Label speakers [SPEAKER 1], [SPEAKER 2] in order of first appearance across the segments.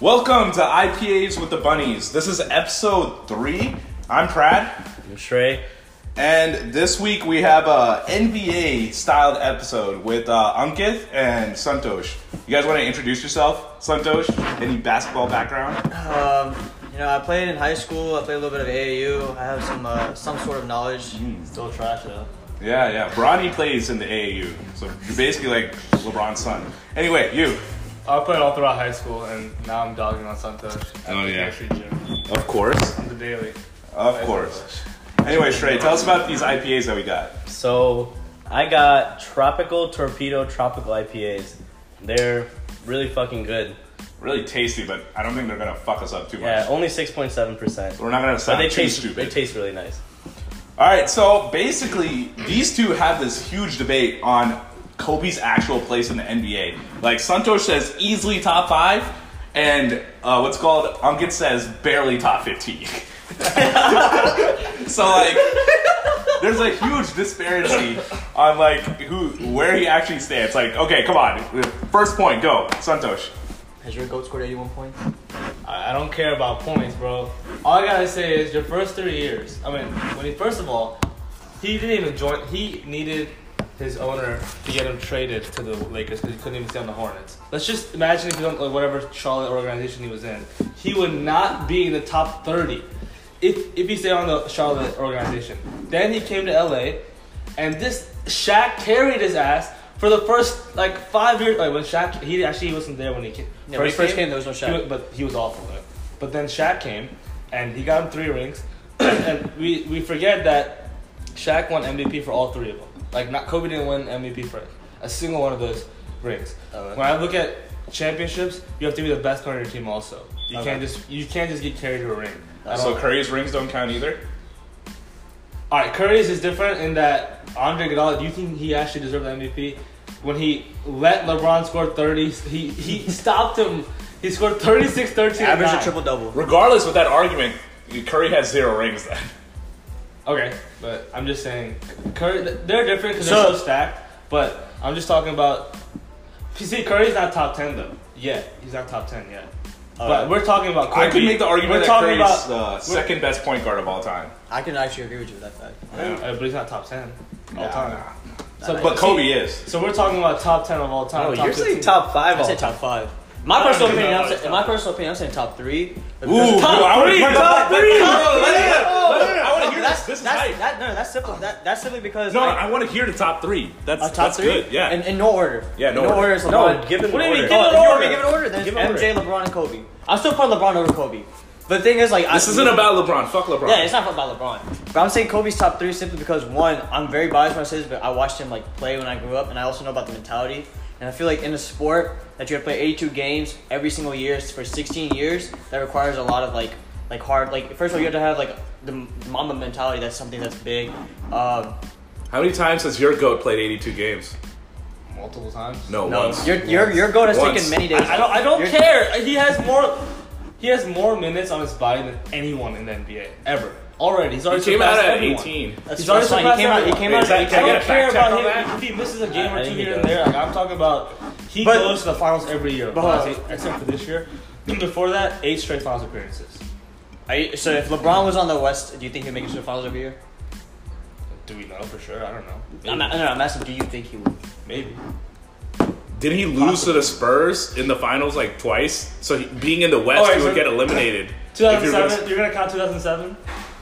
[SPEAKER 1] Welcome to IPAs with the Bunnies. This is episode three. I'm Prad,
[SPEAKER 2] Trey.
[SPEAKER 1] and this week we have a NBA styled episode with uh, Ankith and Santosh. You guys want to introduce yourself, Santosh? Any basketball background?
[SPEAKER 3] Uh-huh.
[SPEAKER 4] Um, you know, I played in high school. I played a little bit of AAU. I have some uh, some sort of knowledge.
[SPEAKER 1] Mm.
[SPEAKER 2] Still trash though.
[SPEAKER 1] Yeah, yeah. Bronny plays in the AAU, so you're basically like LeBron's son. Anyway, you.
[SPEAKER 3] I played all throughout high school, and now I'm dogging on Santos at
[SPEAKER 1] Oh,
[SPEAKER 3] the
[SPEAKER 1] yeah.
[SPEAKER 3] Street Gym.
[SPEAKER 1] Of course.
[SPEAKER 3] The daily.
[SPEAKER 1] Of course. Anyway, Trey, tell us about these IPAs that we got.
[SPEAKER 2] So I got tropical torpedo tropical IPAs. They're really fucking good.
[SPEAKER 1] Really tasty, but I don't think they're gonna fuck us up too much.
[SPEAKER 2] Yeah, only six point seven percent.
[SPEAKER 1] We're not gonna
[SPEAKER 2] But
[SPEAKER 1] sound
[SPEAKER 2] they
[SPEAKER 1] too
[SPEAKER 2] taste
[SPEAKER 1] stupid.
[SPEAKER 2] they taste really nice.
[SPEAKER 1] All right, so basically, these two have this huge debate on Kobe's actual place in the NBA. Like Santosh says, easily top five, and uh, what's called Ankit says barely top fifteen. so like, there's a huge disparity on like who where he actually stands. Like, okay, come on, first point, go, Santosh.
[SPEAKER 4] Has your goat scored 81 points?
[SPEAKER 3] I, I don't care about points, bro. All I gotta say is your first three years. I mean, when he first of all, he didn't even join. He needed his owner to get him traded to the Lakers because he couldn't even stay on the Hornets. Let's just imagine if he was on like, whatever Charlotte organization he was in, he would not be in the top thirty. If if he stayed on the Charlotte organization, then he came to LA. And this Shaq carried his ass for the first like five years. Like when Shaq, he actually he wasn't there when he came.
[SPEAKER 4] Yeah, when he first came, there was no Shaq.
[SPEAKER 3] he wa- but he was awful. Though. But then Shaq came, and he got him three rings. and we we forget that Shaq won MVP for all three of them. Like not Kobe didn't win MVP for a single one of those rings.
[SPEAKER 2] Okay.
[SPEAKER 3] When I look at championships, you have to be the best player on your team. Also, you
[SPEAKER 2] Okay.
[SPEAKER 3] can't just you can't just get carried to a ring. I
[SPEAKER 1] So
[SPEAKER 3] don't-
[SPEAKER 1] Curry's rings don't count either.
[SPEAKER 3] all right, Curry's is different in that Andre Iguodala. Do you think he actually deserved the MVP when he let LeBron score 30? He he stopped him. He scored 36, 13. and
[SPEAKER 4] Average a
[SPEAKER 3] nine.
[SPEAKER 4] triple double.
[SPEAKER 1] Regardless of that argument, Curry has zero rings then.
[SPEAKER 3] Okay, but I'm just saying, Curry. They're different because they're so stacked. But I'm just talking about. You see, Curry's not top 10 though. Yeah, he's not top 10 yet. but
[SPEAKER 2] Alright.
[SPEAKER 3] we're talking about. Kobe.
[SPEAKER 1] I could make the argument
[SPEAKER 3] We're
[SPEAKER 1] that
[SPEAKER 3] talking
[SPEAKER 1] Curry's uh,
[SPEAKER 3] about.
[SPEAKER 1] the second best point guard of all time.
[SPEAKER 4] I can actually agree with you with that fact.
[SPEAKER 3] Uh, but he's not top 10 all
[SPEAKER 1] Nah,
[SPEAKER 3] time. So,
[SPEAKER 1] But
[SPEAKER 3] see,
[SPEAKER 1] Kobe is.
[SPEAKER 3] So we're talking about top 10 of all time.
[SPEAKER 2] Oh,
[SPEAKER 3] top
[SPEAKER 2] you're saying
[SPEAKER 3] 15.
[SPEAKER 2] top five.
[SPEAKER 4] I'd say
[SPEAKER 2] All
[SPEAKER 4] top five. My
[SPEAKER 3] I
[SPEAKER 4] personal
[SPEAKER 3] don't
[SPEAKER 4] opinion,
[SPEAKER 3] know.
[SPEAKER 4] I'm saying, in my personal opinion, I'm saying top three.
[SPEAKER 1] Ooh,
[SPEAKER 4] Because-
[SPEAKER 1] dude, I wanna hear
[SPEAKER 4] top
[SPEAKER 1] that.
[SPEAKER 4] three! Oh,
[SPEAKER 1] Bro, let me- let me- I want to hear
[SPEAKER 4] That's,
[SPEAKER 1] this. This is
[SPEAKER 4] that's-
[SPEAKER 1] hype.
[SPEAKER 4] that- no, that's simple. That, that's simply because
[SPEAKER 1] No,
[SPEAKER 4] like,
[SPEAKER 1] I want to hear the top three. That's
[SPEAKER 4] uh, top
[SPEAKER 1] that's
[SPEAKER 4] three.
[SPEAKER 1] good. Yeah.
[SPEAKER 4] In, in no order.
[SPEAKER 1] Yeah,
[SPEAKER 4] In
[SPEAKER 1] no
[SPEAKER 4] no
[SPEAKER 1] order.
[SPEAKER 4] order. is
[SPEAKER 2] No,
[SPEAKER 4] LeBron.
[SPEAKER 2] give it.
[SPEAKER 3] What do
[SPEAKER 2] an order.
[SPEAKER 3] you mean, give it
[SPEAKER 4] Oh,
[SPEAKER 3] an
[SPEAKER 4] if you want
[SPEAKER 3] order?
[SPEAKER 4] me to give an order, then
[SPEAKER 2] Give
[SPEAKER 4] it's
[SPEAKER 2] an order.
[SPEAKER 4] MJ, LeBron, and Kobe. I'm still putting LeBron over Kobe. But the thing is, like,
[SPEAKER 1] this
[SPEAKER 4] I,
[SPEAKER 1] isn't about LeBron. Fuck LeBron.
[SPEAKER 4] Yeah, it's not about LeBron. But I'm saying Kobe's top three simply because one, I'm very biased when I say this, but I watched him like play when I grew up, and I also know about the mentality. And I feel like in a sport that you have to play 82 games every single year for 16 years, that requires a lot of like like hard like first of all you have to have like the mama mentality. That's something that's big. Um,
[SPEAKER 1] How many times has your goat played 82 games?
[SPEAKER 3] Multiple times.
[SPEAKER 1] No,
[SPEAKER 4] no,
[SPEAKER 1] once.
[SPEAKER 4] your your your goal has
[SPEAKER 1] Once.
[SPEAKER 4] taken many days.
[SPEAKER 3] I, I don't. I don't
[SPEAKER 4] You're-
[SPEAKER 3] care. He has more. He has more minutes on his body than anyone in the NBA ever. Already, he's
[SPEAKER 1] He
[SPEAKER 3] already
[SPEAKER 1] came out
[SPEAKER 3] surpassed
[SPEAKER 1] at
[SPEAKER 3] everyone.
[SPEAKER 1] 18.
[SPEAKER 4] That's,
[SPEAKER 3] He's already
[SPEAKER 4] that's fine. He came out.
[SPEAKER 3] surpassed
[SPEAKER 4] He
[SPEAKER 3] everyone.
[SPEAKER 4] came out.
[SPEAKER 1] Is that-
[SPEAKER 4] He
[SPEAKER 3] I
[SPEAKER 1] Can I
[SPEAKER 4] came
[SPEAKER 1] get
[SPEAKER 3] don't
[SPEAKER 1] a
[SPEAKER 4] out.
[SPEAKER 1] fact
[SPEAKER 3] care
[SPEAKER 1] check on
[SPEAKER 3] about him
[SPEAKER 1] that?
[SPEAKER 3] if he misses a game
[SPEAKER 2] I- I
[SPEAKER 3] or two
[SPEAKER 2] think he
[SPEAKER 3] here and
[SPEAKER 2] does.
[SPEAKER 3] there. Like, I'm talking about he
[SPEAKER 4] But-
[SPEAKER 3] goes to the finals every year,
[SPEAKER 4] But hold on.
[SPEAKER 3] honestly, except for this year. Before that, eight straight finals appearances.
[SPEAKER 4] Are you- So if LeBron was on the West, do you think he'd make it to the finals every year?
[SPEAKER 3] Do we know for sure? I don't know.
[SPEAKER 4] I'm, no, no, I'm asking. Do you think he would?
[SPEAKER 3] Maybe.
[SPEAKER 1] Did he lose to the Spurs in the finals like twice? So he, being in the West,
[SPEAKER 3] Alright,
[SPEAKER 1] he would
[SPEAKER 3] so-
[SPEAKER 1] get eliminated. if you're gonna-
[SPEAKER 3] 2007. You're gonna count 2007?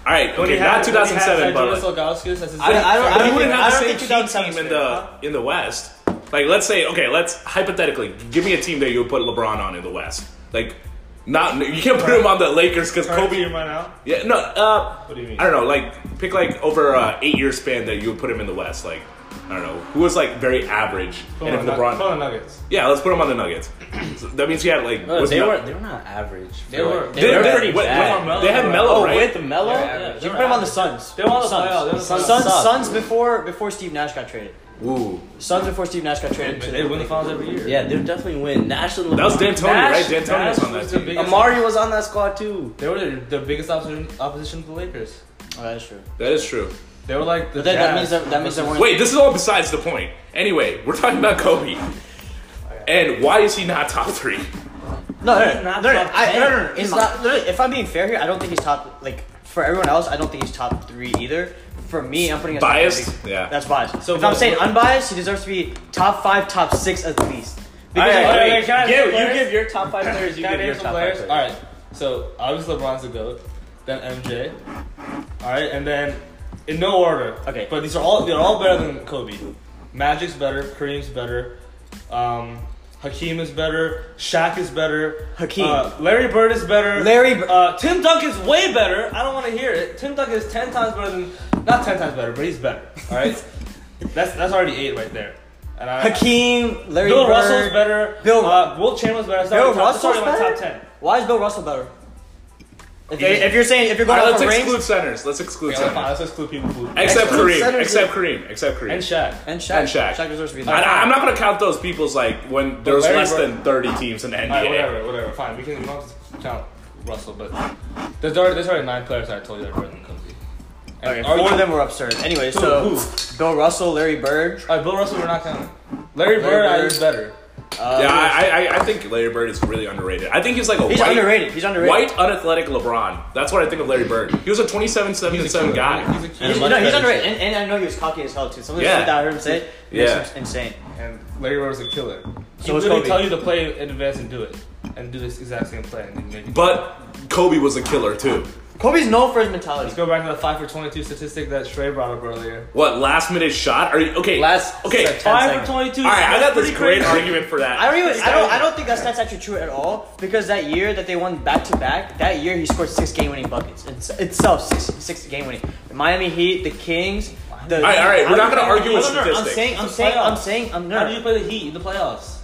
[SPEAKER 1] All right, okay, not 2007, but like,
[SPEAKER 4] I- I don't- I
[SPEAKER 1] But he
[SPEAKER 4] don't
[SPEAKER 1] wouldn't
[SPEAKER 4] think-
[SPEAKER 1] have
[SPEAKER 4] I
[SPEAKER 1] the
[SPEAKER 4] don't
[SPEAKER 1] same
[SPEAKER 4] think
[SPEAKER 1] cheat
[SPEAKER 4] 2007
[SPEAKER 1] team in
[SPEAKER 4] is
[SPEAKER 1] the in the West. Like, let's say, okay, let's hypothetically give me a team that you would put LeBron on in the West. Like, not you can't put him on the Lakers because
[SPEAKER 3] Kobe,
[SPEAKER 1] Kobe.
[SPEAKER 3] you right now.
[SPEAKER 1] Yeah, no. Uh,
[SPEAKER 3] What do you mean?
[SPEAKER 1] I don't know. Like, pick like over a eight year span that you would put him in the West. Like, I don't know who was like very average.
[SPEAKER 3] Put
[SPEAKER 1] and
[SPEAKER 3] on
[SPEAKER 1] if
[SPEAKER 3] the
[SPEAKER 1] LeBron,
[SPEAKER 3] Put on the Nuggets.
[SPEAKER 1] yeah, let's put him on the Nuggets. So that means he had like
[SPEAKER 2] No,
[SPEAKER 1] was
[SPEAKER 2] Uh, they
[SPEAKER 1] not-
[SPEAKER 2] were they were not average.
[SPEAKER 4] They were-
[SPEAKER 2] They,
[SPEAKER 1] They,
[SPEAKER 2] were
[SPEAKER 1] they-
[SPEAKER 2] pretty
[SPEAKER 1] what-
[SPEAKER 2] bad.
[SPEAKER 1] what- they had Melo,
[SPEAKER 2] Oh,
[SPEAKER 1] right?
[SPEAKER 2] with Melo.
[SPEAKER 3] Yeah.
[SPEAKER 4] You can put him on the Suns.
[SPEAKER 3] They were on the
[SPEAKER 4] Suns.
[SPEAKER 3] playoffs. They were on the
[SPEAKER 4] Suns.
[SPEAKER 3] playoffs.
[SPEAKER 4] Suns,
[SPEAKER 2] Suck.
[SPEAKER 4] Suns before before Steve Nash got traded.
[SPEAKER 1] Ooh,
[SPEAKER 4] Suns before Steve Nash got traded. to
[SPEAKER 3] They win the finals every year.
[SPEAKER 2] Yeah, they would definitely win. Nash and
[SPEAKER 1] that was
[SPEAKER 2] LeBron.
[SPEAKER 1] D'Antoni, right? D'Antoni was
[SPEAKER 3] Nash
[SPEAKER 1] on that
[SPEAKER 3] was the
[SPEAKER 1] team.
[SPEAKER 3] biggest-
[SPEAKER 2] Amari was on that squad too.
[SPEAKER 3] They were the, the biggest opposition, opposition to the Lakers.
[SPEAKER 4] Oh, that's true.
[SPEAKER 1] that is true.
[SPEAKER 3] They were like the.
[SPEAKER 4] But that, that
[SPEAKER 3] Jazz.
[SPEAKER 4] means that, that means they weren't.
[SPEAKER 1] Wait, this is all besides the point. Anyway, we're talking about Kobe. And why is he not top three?
[SPEAKER 4] No,
[SPEAKER 3] He's
[SPEAKER 4] no, no, no,
[SPEAKER 3] not
[SPEAKER 4] no, no,
[SPEAKER 3] top
[SPEAKER 4] I, no,
[SPEAKER 3] 10.
[SPEAKER 4] no, no, It's
[SPEAKER 3] In my-
[SPEAKER 4] not. No, no, if I'm being fair here, I don't think he's top. Like for everyone else, I don't think he's top three either. For me, I'm putting him as top
[SPEAKER 1] Biased?
[SPEAKER 4] three.
[SPEAKER 1] Yeah.
[SPEAKER 4] that's biased.
[SPEAKER 3] So
[SPEAKER 4] So if I'm
[SPEAKER 3] what-
[SPEAKER 4] saying
[SPEAKER 3] what-
[SPEAKER 4] unbiased, he deserves to be top five, top six at least. Because
[SPEAKER 2] Alright,
[SPEAKER 3] Wait,
[SPEAKER 2] wait,
[SPEAKER 3] wait,
[SPEAKER 2] wait,
[SPEAKER 3] can I
[SPEAKER 2] give-
[SPEAKER 3] name some
[SPEAKER 2] you
[SPEAKER 3] players?
[SPEAKER 2] give your top five players. You
[SPEAKER 3] Can I
[SPEAKER 2] give your top
[SPEAKER 3] name some
[SPEAKER 2] five
[SPEAKER 3] players?
[SPEAKER 2] players.
[SPEAKER 3] All right. So obviously LeBron's the goat, then MJ. All right, and then in no order.
[SPEAKER 4] Okay.
[SPEAKER 3] But these are all they're all better than Kobe. Magic's better. Kareem's better. Um, Hakeem is better. Shaq is better.
[SPEAKER 4] Hakeem.
[SPEAKER 3] Uh, Larry Bird is better.
[SPEAKER 4] Larry Bir-
[SPEAKER 3] Uh, Tim Duncan's way better. I don't want to hear it. Tim Duncan is ten times better than not ten times better, but he's better. All right. that's that's already eight right there. And I,
[SPEAKER 4] Hakeem, Larry
[SPEAKER 3] Bill
[SPEAKER 4] Bird.
[SPEAKER 3] Russell's better.
[SPEAKER 4] Bill-
[SPEAKER 3] uh, Will Chamberlain's better. That's
[SPEAKER 4] Bill
[SPEAKER 3] already top- that's
[SPEAKER 4] Russell's
[SPEAKER 3] already my
[SPEAKER 4] better.
[SPEAKER 3] top ten.
[SPEAKER 4] Why is Bill Russell better? If,
[SPEAKER 1] He's-
[SPEAKER 4] if you're saying if you're
[SPEAKER 1] All
[SPEAKER 4] going
[SPEAKER 1] right,
[SPEAKER 4] off
[SPEAKER 1] Uh, let's
[SPEAKER 4] of
[SPEAKER 1] exclude
[SPEAKER 4] rings
[SPEAKER 1] centers. Let's exclude
[SPEAKER 3] Okay, fine,
[SPEAKER 1] centers.
[SPEAKER 3] let's exclude people who.
[SPEAKER 1] Except
[SPEAKER 4] exclude
[SPEAKER 1] Kareem.
[SPEAKER 4] centers,
[SPEAKER 1] Except Kareem. Except Kareem.
[SPEAKER 3] and Shaq.
[SPEAKER 4] and Shaq,
[SPEAKER 1] And Shaq.
[SPEAKER 4] deserves to be
[SPEAKER 1] And
[SPEAKER 4] there.
[SPEAKER 1] I, I'm not gonna count those people's like when there's
[SPEAKER 3] Larry
[SPEAKER 1] less
[SPEAKER 3] Bird-
[SPEAKER 1] than 30 teams in the NBA.
[SPEAKER 3] Alright, whatever, whatever. Fine, we can we don't have to count Russell, but there's already there's already nine players that I told you that are better than Kobe. And
[SPEAKER 4] Okay,
[SPEAKER 3] are
[SPEAKER 4] four
[SPEAKER 3] you-
[SPEAKER 4] of them were absurd. Anyway, so Bill Russell, Larry Bird.
[SPEAKER 3] Alright, Bill Russell, we're not counting. Larry
[SPEAKER 4] Larry
[SPEAKER 3] Bird, I
[SPEAKER 4] Bird.
[SPEAKER 3] is better.
[SPEAKER 4] Uh,
[SPEAKER 1] Yeah, I, I, I think Larry Bird is really underrated. I think he's like a
[SPEAKER 4] he's
[SPEAKER 1] white,
[SPEAKER 4] underrated. He's underrated.
[SPEAKER 1] white, unathletic LeBron. That's what I think of Larry Bird. He was a 27, 7 and 7 guy.
[SPEAKER 3] He's a
[SPEAKER 4] He's,
[SPEAKER 3] cute.
[SPEAKER 4] no, he's underrated,
[SPEAKER 3] And,
[SPEAKER 4] and, and I know he was cocky as hell too. Some of the
[SPEAKER 1] Yeah.
[SPEAKER 4] stuff that I heard him say,
[SPEAKER 1] Yeah.
[SPEAKER 4] yeah, insane.
[SPEAKER 3] and Larry Bird was a killer.
[SPEAKER 4] So
[SPEAKER 3] he
[SPEAKER 4] was
[SPEAKER 3] literally
[SPEAKER 4] Kobe.
[SPEAKER 3] tell you to play in advance and do it, and do this exact same play. And then make it.
[SPEAKER 1] But Kobe was a killer too.
[SPEAKER 4] Kobe's known for his mentality.
[SPEAKER 3] Let's go back to the five for twenty-two statistic that Trey brought up earlier.
[SPEAKER 1] What last minute shot? Are you okay?
[SPEAKER 4] Last
[SPEAKER 1] okay.
[SPEAKER 4] second. Ten
[SPEAKER 3] Five for
[SPEAKER 4] seconds.
[SPEAKER 3] twenty-two.
[SPEAKER 1] All right, I got
[SPEAKER 3] that's
[SPEAKER 1] this
[SPEAKER 3] pretty
[SPEAKER 1] great
[SPEAKER 3] crazy.
[SPEAKER 1] argument for that.
[SPEAKER 4] I don't even. I don't. I don't think that's that's actually true at all. Because that year that they won back to back, that year he scored six game-winning buckets. It's itself six six game-winning. The Miami Heat, the Kings. The,
[SPEAKER 1] All right, all right. We're not gonna
[SPEAKER 3] How do
[SPEAKER 1] argue
[SPEAKER 3] you-
[SPEAKER 1] with
[SPEAKER 3] no, no, no,
[SPEAKER 4] I'm
[SPEAKER 1] statistics.
[SPEAKER 4] saying. I'm
[SPEAKER 3] It's
[SPEAKER 4] saying. I'm
[SPEAKER 3] playoffs.
[SPEAKER 4] saying. I'm
[SPEAKER 3] How do you
[SPEAKER 4] no.
[SPEAKER 3] play the Heat in the playoffs?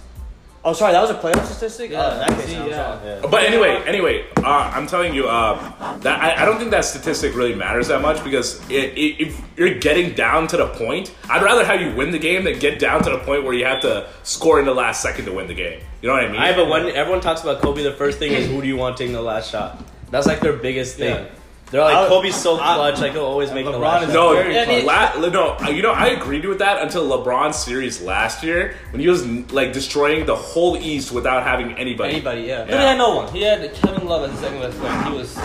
[SPEAKER 4] Oh, sorry. That was a playoff statistic.
[SPEAKER 3] Yeah,
[SPEAKER 4] oh, in that case,
[SPEAKER 3] see,
[SPEAKER 4] no,
[SPEAKER 3] yeah.
[SPEAKER 4] sorry.
[SPEAKER 1] But anyway, anyway, uh, I'm telling you, uh, that I, I don't think that statistic really matters that much because it, it, if you're getting down to the point, I'd rather have you win the game than get down to the point where you have to score in the last second to win the game. You know what I mean?
[SPEAKER 2] I but when everyone talks about Kobe, the first thing is who do you want taking the last shot? That's like their biggest thing.
[SPEAKER 3] Yeah.
[SPEAKER 2] They're like
[SPEAKER 4] I-
[SPEAKER 2] Kobe's so clutch, like he'll always make the
[SPEAKER 3] LeBron
[SPEAKER 2] last shot.
[SPEAKER 3] is-
[SPEAKER 1] no,
[SPEAKER 3] Very
[SPEAKER 1] yeah,
[SPEAKER 3] close.
[SPEAKER 1] la- no, uh, you know I agreed with that until LeBron's series last year when he was like destroying the whole East without having anybody.
[SPEAKER 4] Anybody, yeah.
[SPEAKER 1] Yeah.
[SPEAKER 3] Then he had no one. He had Kevin Love as his second best player. He was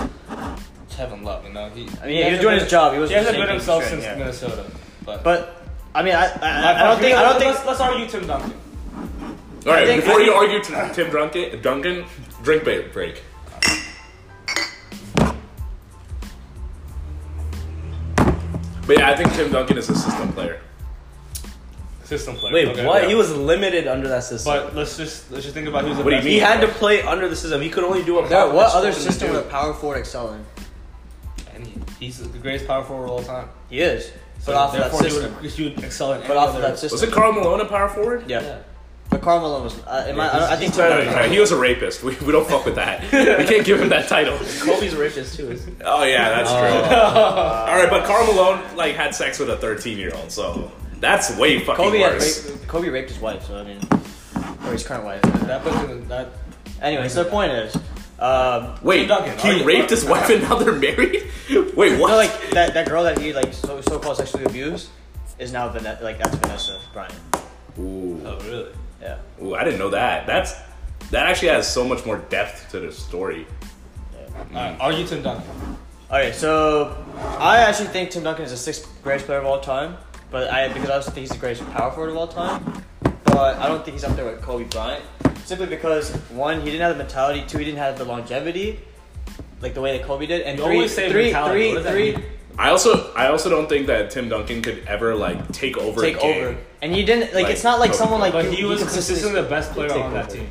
[SPEAKER 3] Kevin Love, you know. He,
[SPEAKER 4] I mean, he was doing his job. He was
[SPEAKER 3] He hasn't
[SPEAKER 4] the
[SPEAKER 3] been
[SPEAKER 4] same
[SPEAKER 3] himself
[SPEAKER 4] thing,
[SPEAKER 3] since
[SPEAKER 4] yeah.
[SPEAKER 3] Minnesota. But,
[SPEAKER 4] But I mean, I I, I don't think. I don't think.
[SPEAKER 3] Let's, let's argue Tim Duncan.
[SPEAKER 1] All right,
[SPEAKER 4] I think-
[SPEAKER 1] before
[SPEAKER 4] I
[SPEAKER 1] you
[SPEAKER 4] think-
[SPEAKER 1] argue, t- Tim Duncan, Duncan, drink ba- break. But yeah, I think Tim Duncan is a system player.
[SPEAKER 3] System player.
[SPEAKER 2] Wait,
[SPEAKER 3] Okay.
[SPEAKER 2] what?
[SPEAKER 1] yeah.
[SPEAKER 2] He was limited under that system.
[SPEAKER 3] But let's just let's just think about who's the
[SPEAKER 1] What do you
[SPEAKER 3] best.
[SPEAKER 2] he
[SPEAKER 1] mean?
[SPEAKER 2] had to play under the system. He could only do what.
[SPEAKER 4] There,
[SPEAKER 2] Pop-
[SPEAKER 4] what other
[SPEAKER 2] Jordan
[SPEAKER 4] system
[SPEAKER 2] do.
[SPEAKER 4] would a power forward excel in?
[SPEAKER 3] And he, he's the greatest power forward of all time.
[SPEAKER 4] He is.
[SPEAKER 3] So
[SPEAKER 4] But off of that
[SPEAKER 3] therefore,
[SPEAKER 4] system.
[SPEAKER 3] he would, he would excel in.
[SPEAKER 4] But off of that
[SPEAKER 1] Was
[SPEAKER 4] system.
[SPEAKER 1] it Carl Malone a power forward?
[SPEAKER 4] Yeah.
[SPEAKER 3] Yeah.
[SPEAKER 4] But Carmelo was. Uh, in my, I, don't- I think.
[SPEAKER 2] he's better
[SPEAKER 1] No, no, no, he was a rapist. We, we don't fuck with that. We can't give him that title.
[SPEAKER 2] Kobe's richest too. isn't he?
[SPEAKER 1] Oh yeah, that's true. All right, but Carl Malone like had sex with a 13 year old, so that's way fucking
[SPEAKER 4] Kobe had
[SPEAKER 1] worse.
[SPEAKER 4] raped, Kobe raped his wife, so I mean, or his current wife.
[SPEAKER 3] That puts him in that.
[SPEAKER 4] Anyway, so the point is, um,
[SPEAKER 1] Wait,
[SPEAKER 3] Tim Duncan, are
[SPEAKER 1] he
[SPEAKER 3] you-
[SPEAKER 1] raped his wife and now they're married? Wait, what?
[SPEAKER 4] so like that, that girl that he like so so called sexually abused is now Vanessa. Like that's Vanessa Bryant.
[SPEAKER 1] Ooh.
[SPEAKER 3] Oh really?
[SPEAKER 4] Yeah.
[SPEAKER 1] Ooh, I didn't know that. That's that actually has so much more depth to the story.
[SPEAKER 3] Alright, argue Tim Duncan.
[SPEAKER 4] Okay, so I actually think Tim Duncan is the sixth greatest player of all time, but I because I also think he's the greatest power forward of all time, but I don't think he's up there with Kobe Bryant simply because one he didn't have the mentality, two he didn't have the longevity, like the way that Kobe did, and
[SPEAKER 3] You
[SPEAKER 4] three,
[SPEAKER 3] always say
[SPEAKER 4] three-
[SPEAKER 3] mentality.
[SPEAKER 4] three-
[SPEAKER 3] What does that
[SPEAKER 4] three-
[SPEAKER 3] mean?
[SPEAKER 1] I also I also don't think that Tim Duncan could ever like take over. a
[SPEAKER 4] take
[SPEAKER 1] game.
[SPEAKER 4] over, and he didn't like,
[SPEAKER 1] Like,
[SPEAKER 4] it's not like
[SPEAKER 1] Kobe
[SPEAKER 4] someone like
[SPEAKER 3] But
[SPEAKER 4] you-
[SPEAKER 3] he
[SPEAKER 4] you
[SPEAKER 3] was
[SPEAKER 4] consistently-
[SPEAKER 3] consistently the best player
[SPEAKER 4] take
[SPEAKER 3] on that
[SPEAKER 4] over.
[SPEAKER 3] team.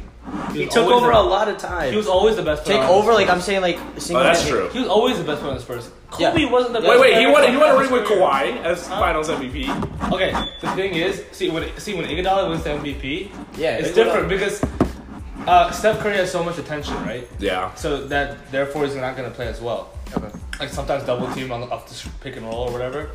[SPEAKER 2] He
[SPEAKER 3] was
[SPEAKER 2] took
[SPEAKER 3] always
[SPEAKER 2] over
[SPEAKER 3] the-
[SPEAKER 2] a lot of time.
[SPEAKER 3] He was always the best. player
[SPEAKER 4] take
[SPEAKER 3] on this
[SPEAKER 4] over. Like
[SPEAKER 3] team.
[SPEAKER 4] I'm saying, like
[SPEAKER 1] Oh,
[SPEAKER 4] single.
[SPEAKER 1] that's true.
[SPEAKER 3] He was always the best player on the Spurs.
[SPEAKER 4] Yeah.
[SPEAKER 3] Kobe wasn't the best.
[SPEAKER 1] Wait, wait, he
[SPEAKER 3] player
[SPEAKER 1] won.
[SPEAKER 3] on
[SPEAKER 1] He won a
[SPEAKER 3] the
[SPEAKER 1] ring with
[SPEAKER 3] Spurs.
[SPEAKER 1] Kawhi as Finals MVP.
[SPEAKER 3] Okay, the thing is, see when see when Iguodala wins the MVP,
[SPEAKER 2] Yeah,
[SPEAKER 3] it's
[SPEAKER 2] Iguodala-
[SPEAKER 3] different because uh, Steph Curry has so much attention, right?
[SPEAKER 1] Yeah.
[SPEAKER 3] So that therefore he's not gonna play as well. Like sometimes double team on off the sh- pick and roll or whatever.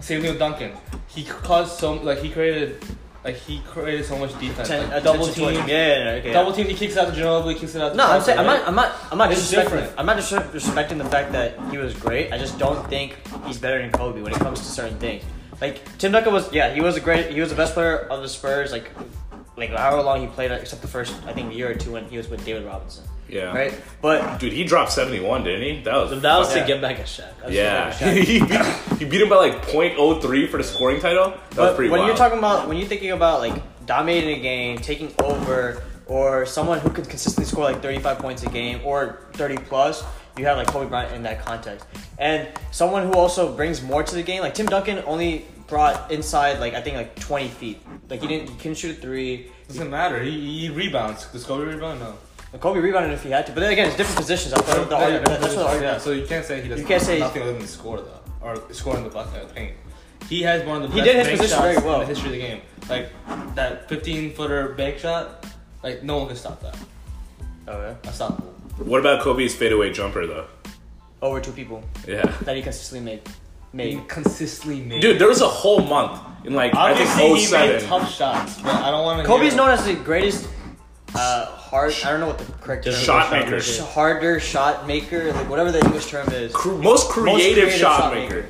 [SPEAKER 3] Same thing with Duncan. He caused so like he created like he created so much defense.
[SPEAKER 4] Ten-
[SPEAKER 3] like,
[SPEAKER 4] attention
[SPEAKER 3] double
[SPEAKER 4] to it.
[SPEAKER 3] team,
[SPEAKER 4] Yeah, yeah, yeah, okay, yeah.
[SPEAKER 3] double team. He kicks it out to Ginobili, kicks it out. To
[SPEAKER 4] No, I'm
[SPEAKER 3] Duncan,
[SPEAKER 4] saying I'm
[SPEAKER 3] right?
[SPEAKER 4] not. I'm not. I'm not
[SPEAKER 3] It's
[SPEAKER 4] disrespecting.
[SPEAKER 3] different.
[SPEAKER 4] I'm not disre- disrespecting the fact that he was great. I just don't think he's better than Kobe when it comes to certain things. Like Tim Duncan was. Yeah, he was a great. He was the best player of the Spurs. Like like however long he played, except the first I think year or two when he was with David Robinson,
[SPEAKER 1] Yeah.
[SPEAKER 4] right? But
[SPEAKER 1] Dude, he dropped 71, didn't he? That was.
[SPEAKER 2] So that was
[SPEAKER 4] Yeah.
[SPEAKER 2] to get back at Shaq. That was to
[SPEAKER 1] yeah.
[SPEAKER 2] get back at Shaq.
[SPEAKER 1] he, beat, he beat him by like 0.03 for the scoring title. That was
[SPEAKER 4] but
[SPEAKER 1] pretty
[SPEAKER 4] when
[SPEAKER 1] wild.
[SPEAKER 4] you're talking about when you're thinking about like dominating a game, taking over, or someone who could consistently score like 35 points a game or 30 plus, you have like Kobe Bryant in that context, and someone who also brings more to the game, like Tim Duncan only brought inside like I think like 20 feet, like he didn't he couldn't shoot a three.
[SPEAKER 3] Doesn't matter. He, he rebounds. Does Kobe rebound? No.
[SPEAKER 4] Kobe rebounded if he had to, but then again, it's different positions. I thought the
[SPEAKER 3] Yeah,
[SPEAKER 4] argument,
[SPEAKER 3] yeah,
[SPEAKER 4] that's what the argument.
[SPEAKER 3] yeah, So you can't say he doesn't.
[SPEAKER 4] You can't
[SPEAKER 3] do
[SPEAKER 4] say-
[SPEAKER 3] nothing other than score though, or score in the bucket of paint. He has one of the
[SPEAKER 4] He
[SPEAKER 3] best
[SPEAKER 4] did his
[SPEAKER 3] bank
[SPEAKER 4] position
[SPEAKER 3] shots
[SPEAKER 4] very well.
[SPEAKER 3] in the history of the game. Like that 15 footer bank shot, like no one can stop that.
[SPEAKER 4] Oh, yeah.
[SPEAKER 3] Unstoppable.
[SPEAKER 1] what about Kobe's fadeaway jumper, though?
[SPEAKER 4] Over two people
[SPEAKER 1] Yeah.
[SPEAKER 4] that he consistently made.
[SPEAKER 3] He
[SPEAKER 4] Made.
[SPEAKER 3] consistently made.
[SPEAKER 1] Dude, there was a whole month in like,
[SPEAKER 3] obviously
[SPEAKER 1] I
[SPEAKER 3] he
[SPEAKER 1] think 07.
[SPEAKER 3] made tough shots, but I don't want to.
[SPEAKER 4] Kobe's known as the greatest uh, hard. I don't know what the correct term
[SPEAKER 1] Shot
[SPEAKER 4] is.
[SPEAKER 1] maker.
[SPEAKER 4] Sh- Harder shot maker, like whatever the English term is.
[SPEAKER 1] Cr- most creative,
[SPEAKER 4] creative
[SPEAKER 1] shot,
[SPEAKER 4] shot
[SPEAKER 1] maker.